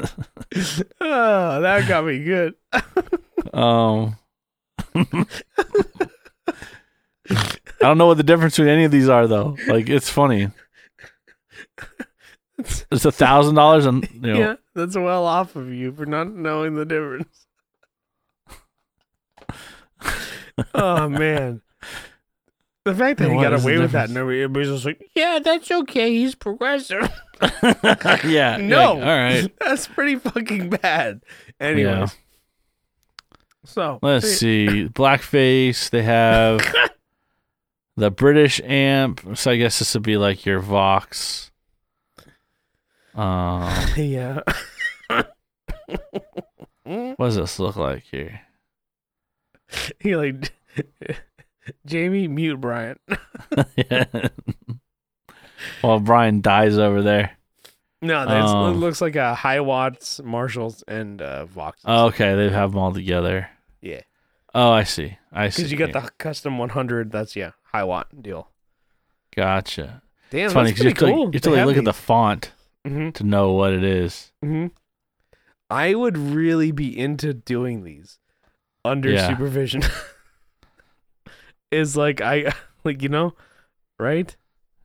[SPEAKER 1] Oh, that got me good.
[SPEAKER 2] um. I don't know what the difference between any of these are though. Like it's funny. It's a thousand dollars and you know
[SPEAKER 1] Yeah, that's well off of you for not knowing the difference. oh man. The fact that
[SPEAKER 2] Yeah,
[SPEAKER 1] he
[SPEAKER 2] what
[SPEAKER 1] got
[SPEAKER 2] is the
[SPEAKER 1] away with that
[SPEAKER 2] difference?
[SPEAKER 1] and everybody's just like, Yeah, that's okay, he's progressive.
[SPEAKER 2] yeah.
[SPEAKER 1] no.
[SPEAKER 2] like, all right.
[SPEAKER 1] That's pretty fucking bad. Anyways.
[SPEAKER 2] Yeah.
[SPEAKER 1] So
[SPEAKER 2] Let's see. Blackface. They have the British amp. So I guess this would be like your Vox. Um,
[SPEAKER 1] Yeah.
[SPEAKER 2] what does this look like here?
[SPEAKER 1] He like Jamie mute Brian.
[SPEAKER 2] While Brian dies over there.
[SPEAKER 1] No, that's,
[SPEAKER 2] Um.
[SPEAKER 1] it looks like a high watts, Marshalls, and uh, Vox.
[SPEAKER 2] Okay, they have them all together.
[SPEAKER 1] yeah.
[SPEAKER 2] Oh, I see. I see.
[SPEAKER 1] Because you got the custom 100. That's yeah, high watt deal.
[SPEAKER 2] gotcha.
[SPEAKER 1] Damn,
[SPEAKER 2] It's funny
[SPEAKER 1] that's pretty
[SPEAKER 2] because you have to, like-
[SPEAKER 1] cool.
[SPEAKER 2] you have to like, look at the font
[SPEAKER 1] hmm
[SPEAKER 2] to know what it is.
[SPEAKER 1] hmm I would really be into doing these under
[SPEAKER 2] Yeah.
[SPEAKER 1] supervision. Is like I like you know, right?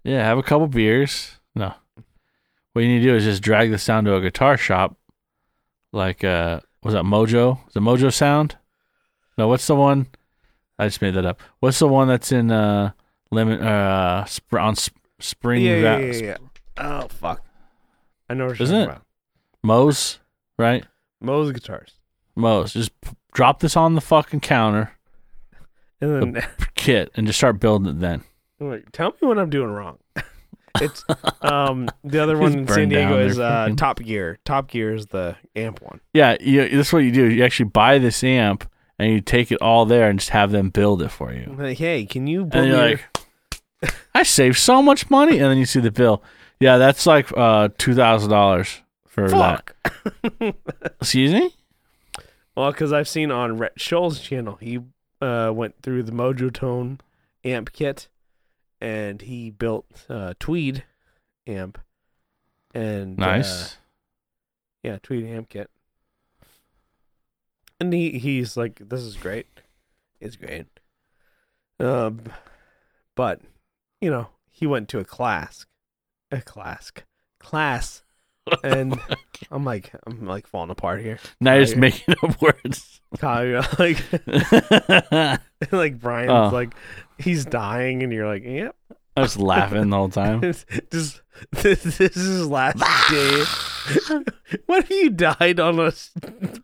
[SPEAKER 2] Yeah, have a couple beers. No. What you need to do is just drag this down to a guitar shop. Like uh was that Mojo? Is it Mojo Sound? No, what's the one? I just made that up. What's the one that's in uh lemon uh sp- on sp- Spring
[SPEAKER 1] yeah, yeah,
[SPEAKER 2] Va-
[SPEAKER 1] yeah, yeah. Oh fuck! I know what you're
[SPEAKER 2] Isn't
[SPEAKER 1] talking
[SPEAKER 2] it?
[SPEAKER 1] about.
[SPEAKER 2] Moe's, right?
[SPEAKER 1] Moe's guitars,
[SPEAKER 2] Moe's. Just p- drop this on the fucking counter Oh.
[SPEAKER 1] and then
[SPEAKER 2] kit and just start building it then.
[SPEAKER 1] like, tell me what I'm doing wrong. It's um the other
[SPEAKER 2] Just
[SPEAKER 1] one in
[SPEAKER 2] burn
[SPEAKER 1] San Diego
[SPEAKER 2] down
[SPEAKER 1] is
[SPEAKER 2] their
[SPEAKER 1] uh,
[SPEAKER 2] freaking-
[SPEAKER 1] Top Gear. Top Gear is the amp one.
[SPEAKER 2] Yeah, you, this is what you do. You actually buy this amp and you take it all there and just have them build it for you.
[SPEAKER 1] Like, hey, can you? build
[SPEAKER 2] and
[SPEAKER 1] me
[SPEAKER 2] you're
[SPEAKER 1] your-
[SPEAKER 2] like, I saved so much money, and then you see the bill. Yeah, that's like uh two thousand dollars for that.
[SPEAKER 1] Fuck.
[SPEAKER 2] Excuse me.
[SPEAKER 1] Well, because I've seen on Rhett Scholl's channel, he uh, went through the Mojo Tone amp kit, and he built uh, Tweed amp, and uh,
[SPEAKER 2] Nice.
[SPEAKER 1] yeah, Tweed amp kit. And he, he's like, "This is great. It's great." Um, but you know, he went to a class, a class, class, and I'm like, I'm like falling apart here.
[SPEAKER 2] now you're just
[SPEAKER 1] I-
[SPEAKER 2] making up words.
[SPEAKER 1] Kyle, you're like,
[SPEAKER 2] I
[SPEAKER 1] like Brian's
[SPEAKER 2] Oh.
[SPEAKER 1] like he's dying, and you're like, yep,
[SPEAKER 2] was laughing the whole time.
[SPEAKER 1] this this, this is his last day. what if you died on a s-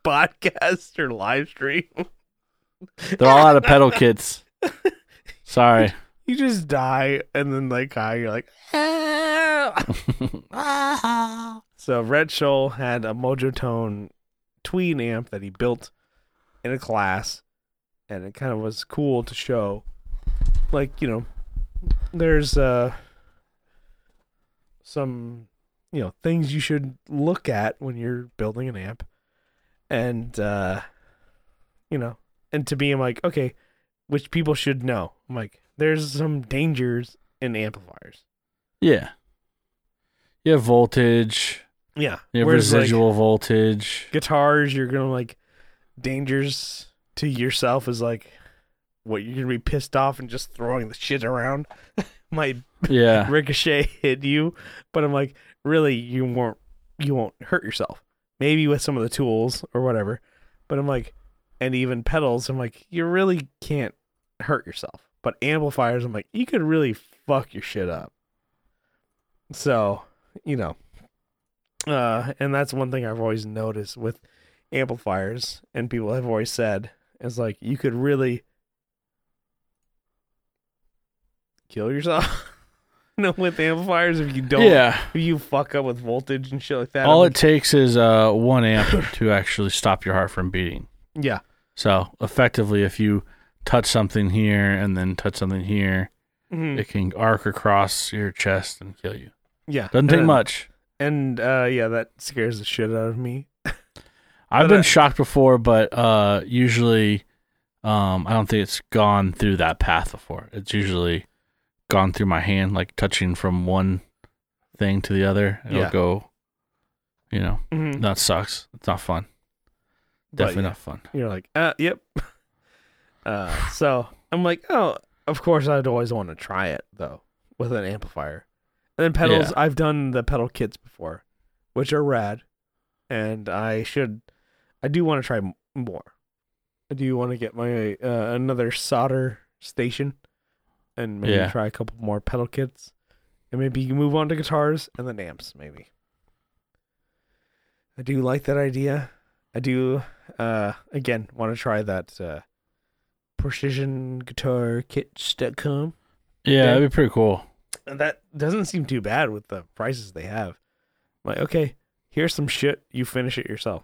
[SPEAKER 1] podcast or live stream?
[SPEAKER 2] They're all out of pedal kits. Sorry.
[SPEAKER 1] You just die, and then like Kyle, you're like. "Ah." so Red Shoal had a Mojo Tone tween amp that he built in a class, and it kind of was cool to show, like you know, there's uh some you know things you should look at when you're building an amp and uh you know and to me i'm like okay which people should know i'm like there's some dangers in amplifiers
[SPEAKER 2] Yeah. You have voltage.
[SPEAKER 1] yeah
[SPEAKER 2] You have
[SPEAKER 1] Whereas, like,
[SPEAKER 2] residual voltage.
[SPEAKER 1] guitars you're gonna like dangers to yourself is like what you're gonna be pissed off and just throwing the shit around might
[SPEAKER 2] Yeah.
[SPEAKER 1] ricochet hit you but i'm like really you won't you won't hurt yourself maybe with some of the tools or whatever but i'm like and even pedals i'm like you really can't hurt yourself but amplifiers i'm like you could really fuck your shit up so you know uh and that's one thing i've always noticed with amplifiers and people have always said is like you could really kill yourself no with amplifiers if you don't
[SPEAKER 2] Yeah.
[SPEAKER 1] if you fuck up with voltage and shit like that
[SPEAKER 2] All
[SPEAKER 1] I'm
[SPEAKER 2] it takes is uh, one amp to actually stop your heart from beating.
[SPEAKER 1] like, yeah
[SPEAKER 2] So effectively, if you touch something here and then touch something here,
[SPEAKER 1] Mhm.
[SPEAKER 2] it can arc across your chest and kill you.
[SPEAKER 1] yeah
[SPEAKER 2] Doesn't take
[SPEAKER 1] And-
[SPEAKER 2] much.
[SPEAKER 1] and uh yeah that scares the shit out of me
[SPEAKER 2] I've
[SPEAKER 1] but
[SPEAKER 2] been
[SPEAKER 1] I-
[SPEAKER 2] shocked before, but uh, usually, um, I don't think it's gone through that path before. It's usually gone through my hand, like touching from one thing to the other. It'll
[SPEAKER 1] Yeah.
[SPEAKER 2] go, you know,
[SPEAKER 1] Mhm.
[SPEAKER 2] that sucks. It's not fun.
[SPEAKER 1] But,
[SPEAKER 2] Definitely
[SPEAKER 1] yeah.
[SPEAKER 2] not fun.
[SPEAKER 1] You're like, uh, yep. Uh, so I'm like, oh, of course I'd always want to try it though with an amplifier. And then pedals,
[SPEAKER 2] Yeah.
[SPEAKER 1] I've done the pedal kits before, which are rad, and I should, I do want to try m- more. I do want to get my uh, another solder station, and maybe
[SPEAKER 2] Yeah.
[SPEAKER 1] try a couple more pedal kits, and maybe you can move on to guitars and then amps maybe. I do like that idea. I do uh again want to try that uh precision guitar kits.com
[SPEAKER 2] Yeah,
[SPEAKER 1] Yeah.
[SPEAKER 2] that'd be pretty cool.
[SPEAKER 1] and that doesn't seem too bad with the prices they have like okay here's some shit you finish it yourself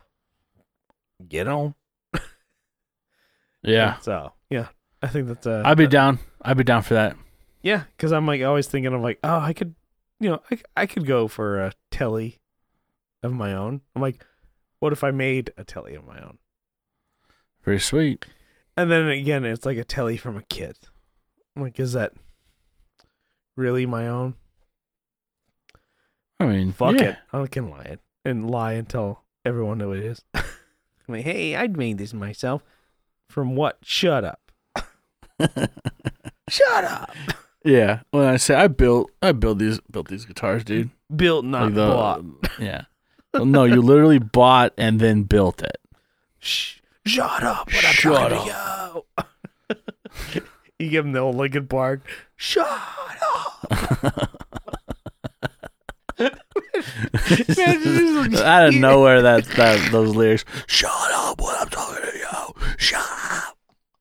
[SPEAKER 1] get on
[SPEAKER 2] Yeah,
[SPEAKER 1] so yeah i think that's uh
[SPEAKER 2] I'd be down. I'd be down for that.
[SPEAKER 1] yeah because i'm like always thinking of like oh i could you know i, I could go for a telly of my own i'm like what if i made a telly of my own
[SPEAKER 2] Pretty sweet.
[SPEAKER 1] And then again, it's like a telly from a kid. I'm like, is that really my own?
[SPEAKER 2] I mean,
[SPEAKER 1] Fuck
[SPEAKER 2] yeah.
[SPEAKER 1] it. I can lie it and lie and tell everyone who it is. I'm like, hey, I made this myself. From what? Shut up. Shut up.
[SPEAKER 2] Yeah, when I say I built, I built these, built these guitars, dude.
[SPEAKER 1] Built not
[SPEAKER 2] Like the-
[SPEAKER 1] bought.
[SPEAKER 2] Yeah. Well, no, you literally bought and then built it.
[SPEAKER 1] Shh. Shut up. When
[SPEAKER 2] Shut
[SPEAKER 1] I'm talking To you. you give him the old Lincoln Park. Shut up. Imagine just-
[SPEAKER 2] Out of nowhere, that that those lyrics. Shut up! What I'm talking to you. Shut up.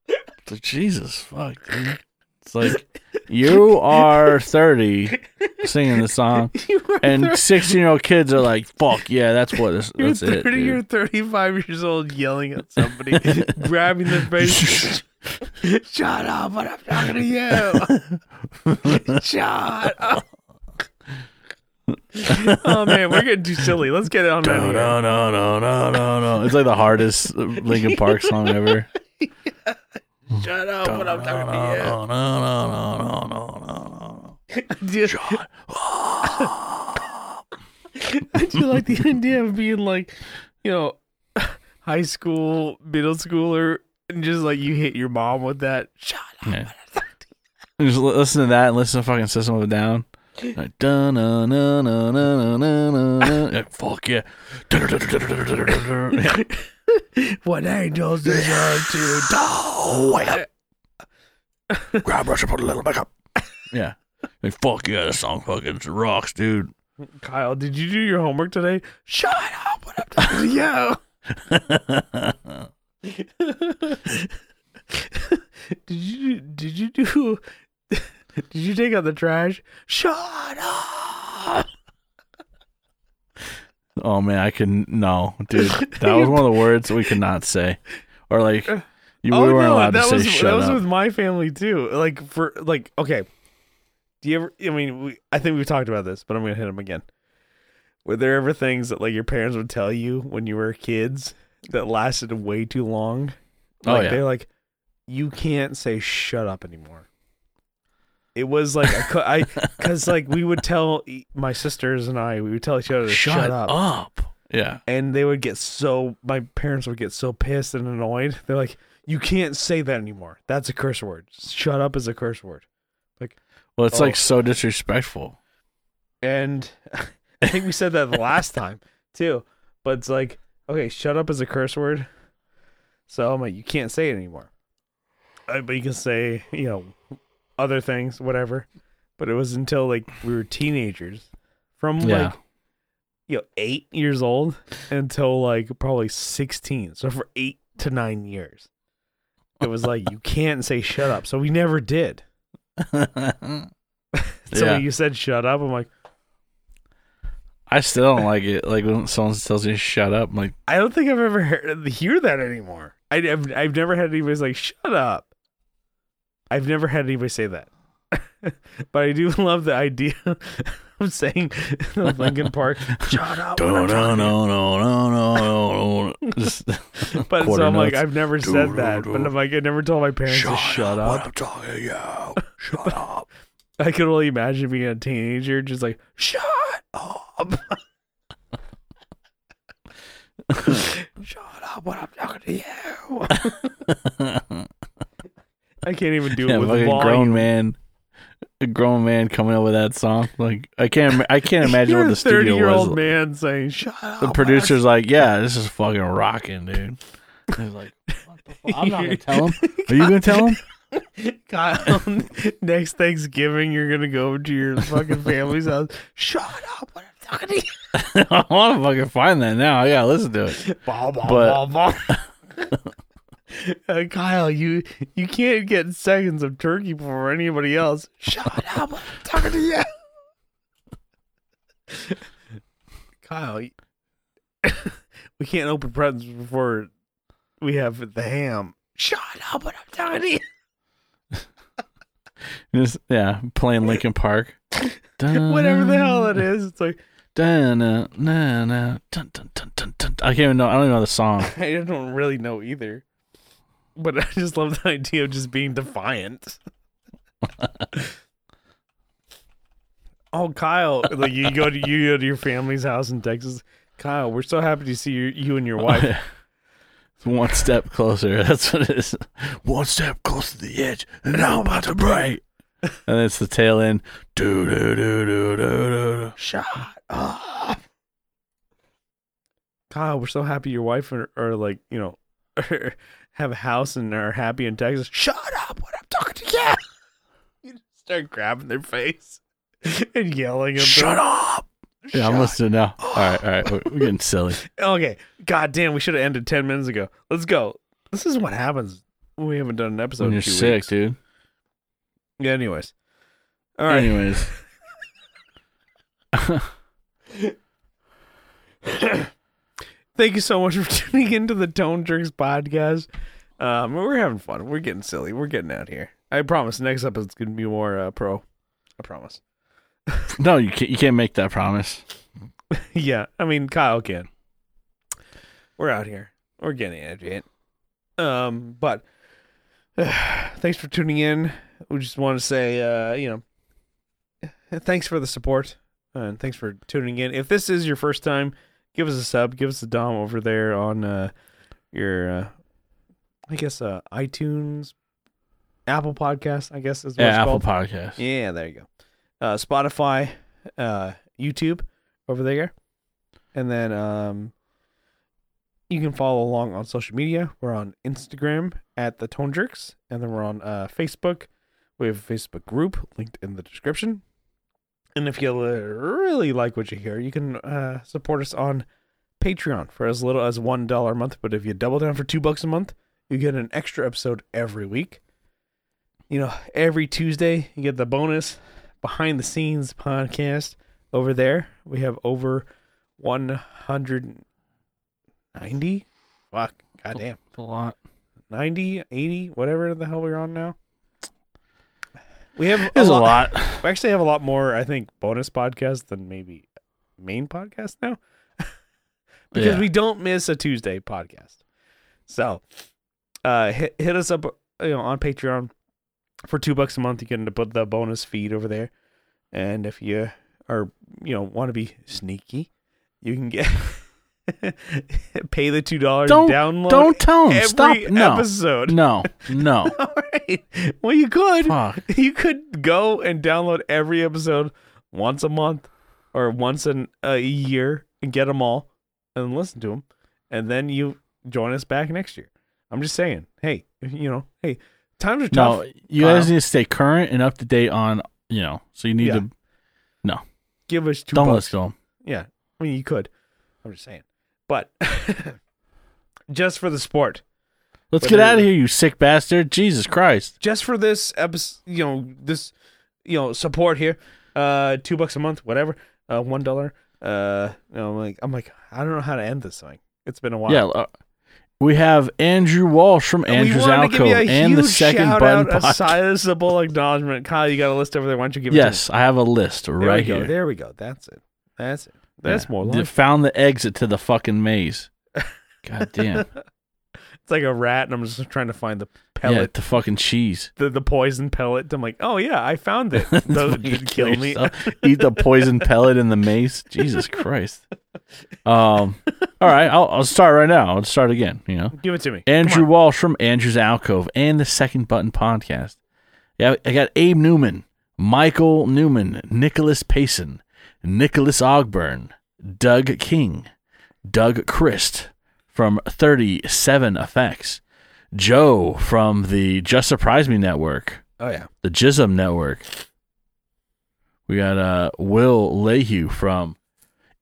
[SPEAKER 2] It's like, Jesus fuck, dude. It's like you are thirty, singing the song,
[SPEAKER 1] You were
[SPEAKER 2] and sixteen-year-old kids are like, "Fuck yeah, that's what. That's,
[SPEAKER 1] You're
[SPEAKER 2] that's it."
[SPEAKER 1] 30 or
[SPEAKER 2] Dude.
[SPEAKER 1] 35 years old yelling at somebody, grabbing their face. Shut up, but I'm talking to you. Shut up. oh man, we're getting too silly. Let's get on
[SPEAKER 2] No,
[SPEAKER 1] out of
[SPEAKER 2] no, no, no, no, no, no. It's like the hardest uh, Linkin Park song ever.
[SPEAKER 1] here. Shut up, but I'm talking
[SPEAKER 2] No,
[SPEAKER 1] to
[SPEAKER 2] no, no, no, no, no, no, no.
[SPEAKER 1] you. Do you- I do like the idea of being like, you know, high school, middle schooler, and just like you hit your mom with that. Shut up.
[SPEAKER 2] Yeah. And Just li- listen to that and listen to fucking System of a Down. Like, dun, na, na, na, na, na, na, na. Like, fuck yeah. Yeah.
[SPEAKER 1] What angels deserve to die.
[SPEAKER 2] Grab brush and put a little back up. Yeah. Like, fuck yeah, this song fucking rocks, dude.
[SPEAKER 1] Kyle, did you do your homework today? Shut up! What up? To- Yo,
[SPEAKER 2] yeah,
[SPEAKER 1] did you did you do? Did you take out the trash? Shut up!
[SPEAKER 2] Oh man, I can no, dude. That was one of the words we could not say, or like you we
[SPEAKER 1] oh
[SPEAKER 2] weren't
[SPEAKER 1] no,
[SPEAKER 2] allowed to
[SPEAKER 1] that
[SPEAKER 2] say
[SPEAKER 1] was
[SPEAKER 2] shut
[SPEAKER 1] that was
[SPEAKER 2] up.
[SPEAKER 1] with my family too. Like for like, okay. Do you ever? I mean, we, I think we've talked about this, but I'm gonna hit him again. Were there ever things that like your parents would tell you when you were kids that lasted way too long?
[SPEAKER 2] Oh,
[SPEAKER 1] Like,
[SPEAKER 2] yeah.
[SPEAKER 1] They're like, you can't say shut up anymore. It was like I, cou- I, because like we would tell e- my sisters and I, we would tell each other, to shut, up.
[SPEAKER 2] Yeah.
[SPEAKER 1] and they would get so my parents would get so pissed and annoyed. They're like, "You can't say that anymore. That's a curse word. Shut up is a curse word."
[SPEAKER 2] Well, it's
[SPEAKER 1] Oh.
[SPEAKER 2] like so disrespectful.
[SPEAKER 1] And I think we said that the last time too. But it's like, okay, shut up is a curse word. So I'm like, you can't say it anymore. Uh, But you can say, you know, other things, whatever. But it was until like we were teenagers, from
[SPEAKER 2] Yeah.
[SPEAKER 1] like you know eight years old until like probably sixteen. So for eight to nine years, it was like you can't say shut up. So we never did. So
[SPEAKER 2] Yeah.
[SPEAKER 1] when you said shut up, I'm like,
[SPEAKER 2] I still don't like it. Like when someone tells you to shut up, I'm like,
[SPEAKER 1] I don't think I've ever heard, hear that anymore. I, have I've never had anybody say, shut up. I've never had anybody say that. but I do love the idea of saying the Lincoln Park, shut up. when
[SPEAKER 2] no,
[SPEAKER 1] I'm
[SPEAKER 2] no,
[SPEAKER 1] talking."
[SPEAKER 2] no, no, no, no. Just
[SPEAKER 1] But so
[SPEAKER 2] quarter
[SPEAKER 1] I'm like,
[SPEAKER 2] notes.
[SPEAKER 1] I've never
[SPEAKER 2] Do,
[SPEAKER 1] said
[SPEAKER 2] do,
[SPEAKER 1] that.
[SPEAKER 2] do.
[SPEAKER 1] But I'm like, I never told my parents to shut up.
[SPEAKER 2] I'm talking to you. Shut up.
[SPEAKER 1] I could only imagine being a teenager just like, shut up. shut up when I'm talking to you. I can't even do
[SPEAKER 2] yeah,
[SPEAKER 1] it with
[SPEAKER 2] like a
[SPEAKER 1] volume.
[SPEAKER 2] grown man, a grown man coming up with that song. Like I can't, I can't imagine
[SPEAKER 1] You're
[SPEAKER 2] what
[SPEAKER 1] a
[SPEAKER 2] the studio was.
[SPEAKER 1] Thirty-year-old man saying, "Shut up."
[SPEAKER 2] The producer's like, yeah, this is fucking rocking, dude. He's like, what the fuck? I'm not gonna tell him. Are you gonna tell him?
[SPEAKER 1] Kyle, next Thanksgiving, you're gonna go to your fucking family's house. Shut up! When I'm talking to you.
[SPEAKER 2] I want to fucking find that now. I gotta listen to it.
[SPEAKER 1] Bah, bah,
[SPEAKER 2] But-
[SPEAKER 1] bah, bah. Uh, Kyle, you you can't get seconds of turkey before anybody else. Shut up! When I'm talking to you. Kyle, you- we can't open presents before we have the ham. Shut up! When I'm talking to you.
[SPEAKER 2] Just, yeah, playing Linkin Park.
[SPEAKER 1] whatever the hell it is. It's like
[SPEAKER 2] Dun-na, na-na, dun, dun, dun, dun, dun. I can't even know. I don't even know the song.
[SPEAKER 1] I don't really know either. But I just love the idea of just being defiant. oh, Kyle, like you go to you go to your family's house in Texas. Kyle, we're so happy to see you, you and your wife.
[SPEAKER 2] It's One step closer. That's what it is. One step closer to the edge, and now I'm about to break. And it's the tail end. Do do do do do
[SPEAKER 1] Shut up. Kyle, we're so happy your wife are, are like, you know, have a house and are happy in Texas. Shut up when I'm talking to you. You just start grabbing their face and yelling
[SPEAKER 2] do.
[SPEAKER 1] at them.
[SPEAKER 2] Shut up. Yeah, I'm listening now. All right, all right. We're, we're getting silly.
[SPEAKER 1] Okay. God damn, we should have ended 10 minutes ago. Let's go. This is what happens when we haven't done an episode
[SPEAKER 2] When
[SPEAKER 1] in
[SPEAKER 2] you're
[SPEAKER 1] two
[SPEAKER 2] sick,
[SPEAKER 1] weeks.
[SPEAKER 2] dude.
[SPEAKER 1] Yeah, anyways. All right.
[SPEAKER 2] Anyways,
[SPEAKER 1] Thank you so much for tuning into the Tone Jerks podcast. Um, we're having fun. We're getting silly. We're getting out here. I promise. Next up, it's going to be more uh, pro. I promise.
[SPEAKER 2] no, you can't. You can't make that promise.
[SPEAKER 1] yeah. I mean, Kyle can. We're out here. We're getting it. Um, but thanks for tuning in. We just want to say, uh, you know, thanks for the support and thanks for tuning in. If this is your first time, give us a sub, give us a dom over there on uh, your, uh, I guess, uh, iTunes, Apple Podcast. I guess is what it's
[SPEAKER 2] Yeah, Apple
[SPEAKER 1] called.
[SPEAKER 2] Podcast.
[SPEAKER 1] Yeah, there you go. Uh, Spotify, uh, YouTube, over there, and then um, you can follow along on social media. We're on Instagram at the Tone Jerks, and then we're on uh, Facebook. We have a Facebook group linked in the description. And if you li- really like what you hear, you can uh, support us on Patreon for as little as one dollar a month. But if you double down for two bucks a month, you get an extra episode every week you know, every Tuesday you get the bonus behind the scenes podcast over there. We have over 190 fuck goddamn
[SPEAKER 2] A lot.
[SPEAKER 1] 90 80 whatever the hell we're on now. We have
[SPEAKER 2] It's a lot.
[SPEAKER 1] We actually have a lot more I think bonus podcasts than maybe main podcast now because
[SPEAKER 2] Yeah.
[SPEAKER 1] we don't miss a Tuesday podcast. So, uh, hit, hit us up, you know, on Patreon for two bucks a month. You can put the bonus feed over there, and if you are, you know, want to be sneaky, you can get pay the two dollars.
[SPEAKER 2] Don't-
[SPEAKER 1] download
[SPEAKER 2] Don't tell him.
[SPEAKER 1] every
[SPEAKER 2] Stop. No.
[SPEAKER 1] episode.
[SPEAKER 2] No. No.
[SPEAKER 1] All right. Well, you could
[SPEAKER 2] Fuck.
[SPEAKER 1] you could go and download every episode once a month or once in a year and get them all and listen to them and then you join us back next year i'm just saying hey you know hey times are tough
[SPEAKER 2] No. You guys
[SPEAKER 1] Kyle.
[SPEAKER 2] need to stay current and up to date on you know. So you need
[SPEAKER 1] Yeah.
[SPEAKER 2] to
[SPEAKER 1] give us 2
[SPEAKER 2] don't
[SPEAKER 1] bucks
[SPEAKER 2] listen to him.
[SPEAKER 1] yeah i mean you could i'm just saying but just for the sport
[SPEAKER 2] Let's
[SPEAKER 1] But
[SPEAKER 2] get
[SPEAKER 1] there-
[SPEAKER 2] out of here, you sick bastard. Jesus Christ.
[SPEAKER 1] just for this episode you know this you know support here uh two bucks a month whatever uh one dollar uh you know, i'm like i'm like i don't know how to end this thing it's been a while
[SPEAKER 2] Yeah. uh, we have Andrew Walsh from
[SPEAKER 1] And
[SPEAKER 2] Andrew's
[SPEAKER 1] we wanted to give
[SPEAKER 2] Alcove
[SPEAKER 1] you a
[SPEAKER 2] and the
[SPEAKER 1] huge
[SPEAKER 2] Second
[SPEAKER 1] shout
[SPEAKER 2] Button
[SPEAKER 1] out, a
[SPEAKER 2] Podcast.
[SPEAKER 1] sizable acknowledgement. Kyle, you got a list over there. Why don't you give it
[SPEAKER 2] Yes, I have a list
[SPEAKER 1] to me? There
[SPEAKER 2] right
[SPEAKER 1] we go.
[SPEAKER 2] here.
[SPEAKER 1] There we go. That's it. That's it. That's
[SPEAKER 2] Yeah.
[SPEAKER 1] more
[SPEAKER 2] They
[SPEAKER 1] life.
[SPEAKER 2] found the exit to the fucking maze. God damn.
[SPEAKER 1] It's like a rat, and I'm just trying to find the
[SPEAKER 2] yeah,
[SPEAKER 1] pellet,
[SPEAKER 2] the fucking cheese.
[SPEAKER 1] the, the poison pellet. I'm like, oh yeah, I found it. Doesn't
[SPEAKER 2] Fucking
[SPEAKER 1] it kill me.
[SPEAKER 2] yourself. Eat the poison pellet in the maze. Jesus Christ. Um. All right, I'll, I'll start right now. I'll start again. You know,
[SPEAKER 1] Give it to me. Come
[SPEAKER 2] Andrew
[SPEAKER 1] on.
[SPEAKER 2] Walsh from Andrew's Alcove and the Second Button Podcast. Yeah, I got Abe Newman, Michael Newman, Nicholas Payson, Nicholas Ogburn, Doug King, Doug Christ from 37 Effects, Joe from the Just Surprise Me Network,
[SPEAKER 3] Oh yeah.
[SPEAKER 2] the Jism Network. We got uh, Will Lehue from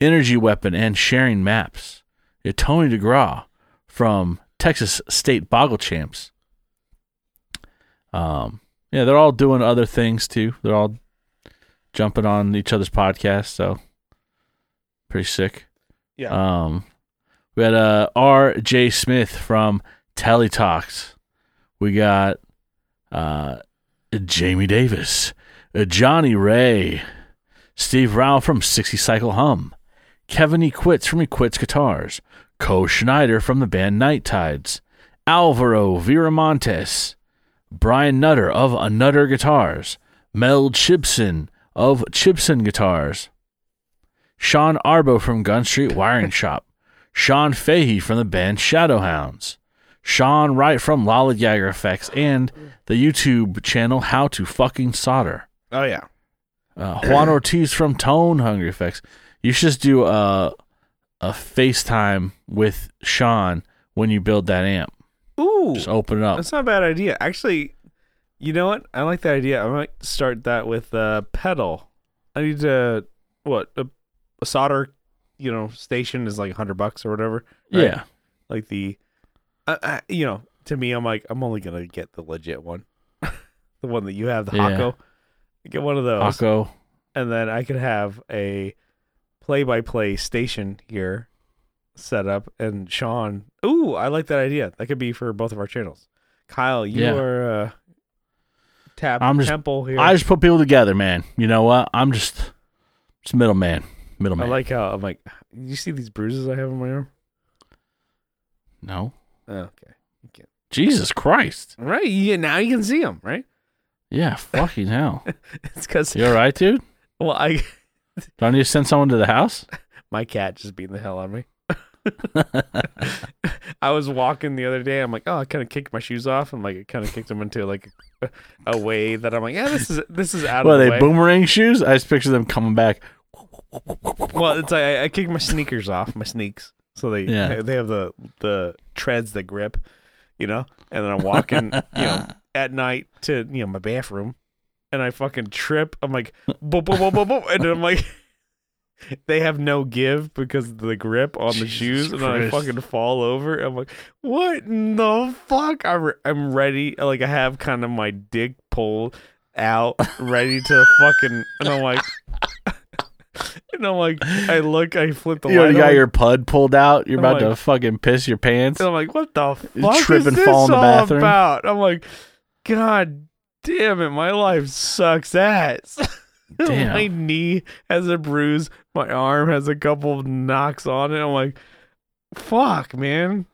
[SPEAKER 2] Energy Weapon and Sharing Maps. Yeah, Tony DeGraw from Texas State Boggle Champs. Um, yeah, they're all doing other things too. They're all jumping on each other's podcasts, so pretty sick.
[SPEAKER 1] Yeah.
[SPEAKER 2] Um, we had uh, R. J. Smith from Tally Talks. We got uh, Jamie Davis, uh, Johnny Ray, Steve Rao from 60 Cycle Hum, Kevin E. Quits from E. Quits Guitars, Co Schneider from the band Night Tides, Alvaro Viramontes, Brian Nutter of A Nutter Guitars, Mel Chibson of Chibson Guitars, Sean Arbo from Gun Street Wiring Shop, Sean Fahey from the band Shadowhounds, Sean Wright from Lollygagger Effects, and the YouTube channel How to Fucking Solder.
[SPEAKER 3] Oh yeah.
[SPEAKER 2] Uh, Juan Ortiz from Tone Hungry Effects. You should just do a a FaceTime with Sean when you build that amp.
[SPEAKER 1] Ooh,
[SPEAKER 2] Just open it up.
[SPEAKER 1] that's not a bad idea. Actually, you know what? I like that idea. I might start that with a pedal. I need to what a, a solder, you know, station is like hundred bucks or whatever. right?
[SPEAKER 2] Yeah.
[SPEAKER 1] like the I, I, you know to me i'm like i'm only gonna get the legit one the one that you have the
[SPEAKER 2] Yeah.
[SPEAKER 1] Hakko. get one of those
[SPEAKER 2] Paco.
[SPEAKER 1] and then i could have a play-by-play station here set up and sean ooh i like that idea that could be for both of our channels kyle you
[SPEAKER 2] Yeah.
[SPEAKER 1] are uh tap
[SPEAKER 2] I'm just-
[SPEAKER 1] temple here
[SPEAKER 2] I just put people together, man. You know what? I'm just just middleman.
[SPEAKER 1] I
[SPEAKER 2] Middleman.
[SPEAKER 1] like how i'm like you see these bruises i have on my arm
[SPEAKER 2] no.
[SPEAKER 1] oh, okay
[SPEAKER 2] Jesus Christ.
[SPEAKER 1] right yeah now you can see them right
[SPEAKER 2] Yeah, fucking hell.
[SPEAKER 1] it's because
[SPEAKER 2] You all right, dude?
[SPEAKER 1] well i
[SPEAKER 2] Do I need to send someone to the house?
[SPEAKER 1] my cat just beating the hell out of me. I was walking the other day. I'm like, oh, I kind of kicked my shoes off, and like, it kind of kicked them into like a, a way that I'm like, yeah, this is this is out
[SPEAKER 2] Well,
[SPEAKER 1] of the
[SPEAKER 2] they
[SPEAKER 1] way.
[SPEAKER 2] boomerang shoes. I just picture them coming back.
[SPEAKER 1] Well, it's like I, I kicked my sneakers off, my sneaks, so they
[SPEAKER 2] Yeah.
[SPEAKER 1] they have the the treads, the grip, you know. And then I'm walking, you know, at night to you know my bathroom, and I fucking trip. I'm like, boop, boop, boop, boop, boop, and I'm like, they have no give because of the grip on the
[SPEAKER 2] Jesus
[SPEAKER 1] shoes, and I
[SPEAKER 2] Christ.
[SPEAKER 1] fucking fall over. I'm like, what in the fuck? I'm I'm ready. Like I have kind of my dick pulled out, ready to fucking, and I'm like. And I'm like, I look, I flip the
[SPEAKER 2] you already
[SPEAKER 1] light
[SPEAKER 2] got
[SPEAKER 1] on,
[SPEAKER 2] your pud pulled out. You're
[SPEAKER 1] I'm
[SPEAKER 2] about to
[SPEAKER 1] like-
[SPEAKER 2] fucking piss your pants.
[SPEAKER 1] and I'm like, what the
[SPEAKER 2] You
[SPEAKER 1] fuck
[SPEAKER 2] trip
[SPEAKER 1] is
[SPEAKER 2] and
[SPEAKER 1] this
[SPEAKER 2] fall in the
[SPEAKER 1] all
[SPEAKER 2] bathroom.
[SPEAKER 1] about? I'm like, God damn it, my life sucks ass.
[SPEAKER 2] Damn.
[SPEAKER 1] my knee has a bruise. My arm has a couple of knocks on it. I'm like, fuck, man.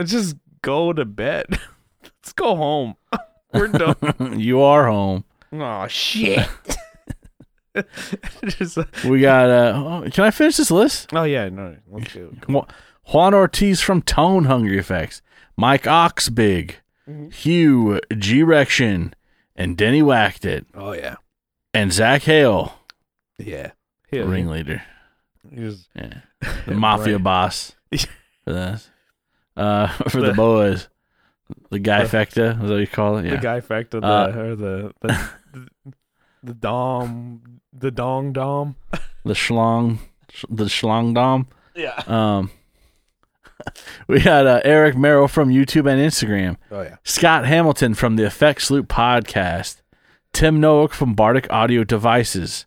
[SPEAKER 1] Let's just go to bed. Let's go home. We're done.
[SPEAKER 2] you are home.
[SPEAKER 1] oh shit. Just, uh,
[SPEAKER 2] We got. Uh, oh, can I finish this list?
[SPEAKER 1] oh yeah, no, let's do. it.
[SPEAKER 2] Ju- Juan Ortiz from Tone Hungry Effects, Mike Oxbig,
[SPEAKER 1] Mm-hmm.
[SPEAKER 2] Hugh G Rection, and Denny Whacked It,
[SPEAKER 1] Oh yeah,
[SPEAKER 2] and Zach Hale,
[SPEAKER 1] yeah. Yeah,
[SPEAKER 2] ringleader,
[SPEAKER 1] he was-
[SPEAKER 2] yeah. the mafia
[SPEAKER 1] Right.
[SPEAKER 2] boss for this, uh, for the,
[SPEAKER 1] The-
[SPEAKER 2] boys, the guy factor, is that what you call it? Yeah,
[SPEAKER 1] The guy factor, the
[SPEAKER 2] Uh,
[SPEAKER 1] or the the, the the dom, the dong dom.
[SPEAKER 2] the schlong, sh- the schlong dom.
[SPEAKER 1] Yeah.
[SPEAKER 2] Um, we had uh, Eric Merrill from YouTube and Instagram.
[SPEAKER 1] Oh yeah.
[SPEAKER 2] Scott Hamilton from the Effects Loop podcast, Tim Noack from Bardic Audio Devices,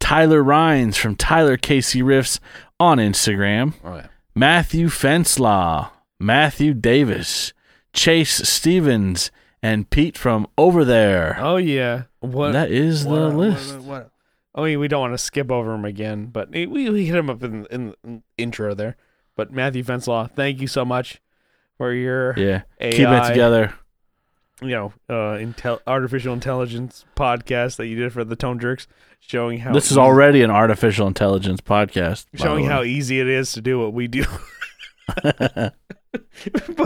[SPEAKER 2] Tyler Rhines from Tyler Casey Riffs on Instagram,
[SPEAKER 1] Oh yeah.
[SPEAKER 2] Matthew Fenslaw, Matthew Davis, Chase Stevens, and Pete from Over There.
[SPEAKER 1] Oh yeah. What
[SPEAKER 2] that is the
[SPEAKER 1] What up, what up,
[SPEAKER 2] list.
[SPEAKER 1] what up? I mean, we don't want to skip over him again, but eh, we, we hit him up in, in the intro there. But Matthew Fenslaw, thank you so much for your
[SPEAKER 2] Yeah, keep it
[SPEAKER 1] AI.
[SPEAKER 2] together.
[SPEAKER 1] you know uh, intel- artificial intelligence podcast that you did for the Tone Jerks, showing how
[SPEAKER 2] This is already an artificial intelligence podcast. by the
[SPEAKER 1] showing
[SPEAKER 2] way.
[SPEAKER 1] how easy it is to do what we do. but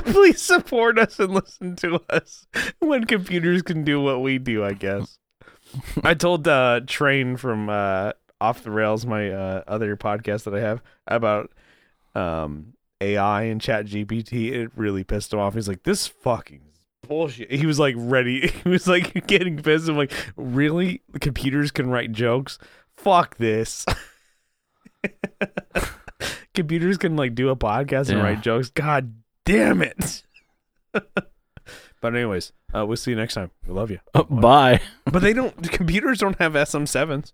[SPEAKER 1] please support us and listen to us when computers can do what we do. I guess. I told uh, Train from uh, Off the Rails, my uh, other podcast that I have, about um, AI and Chat GPT. It really pissed him off. He's like, "This fucking." Bullshit. He was like ready. He was like getting pissed. I'm like, really? Computers can write jokes? Fuck this computers can like do a podcast and
[SPEAKER 2] Yeah.
[SPEAKER 1] write jokes. God damn it. but anyways, uh, we'll see you next time. We love you.
[SPEAKER 2] Uh, bye.
[SPEAKER 1] But they don't computers don't have SM7s.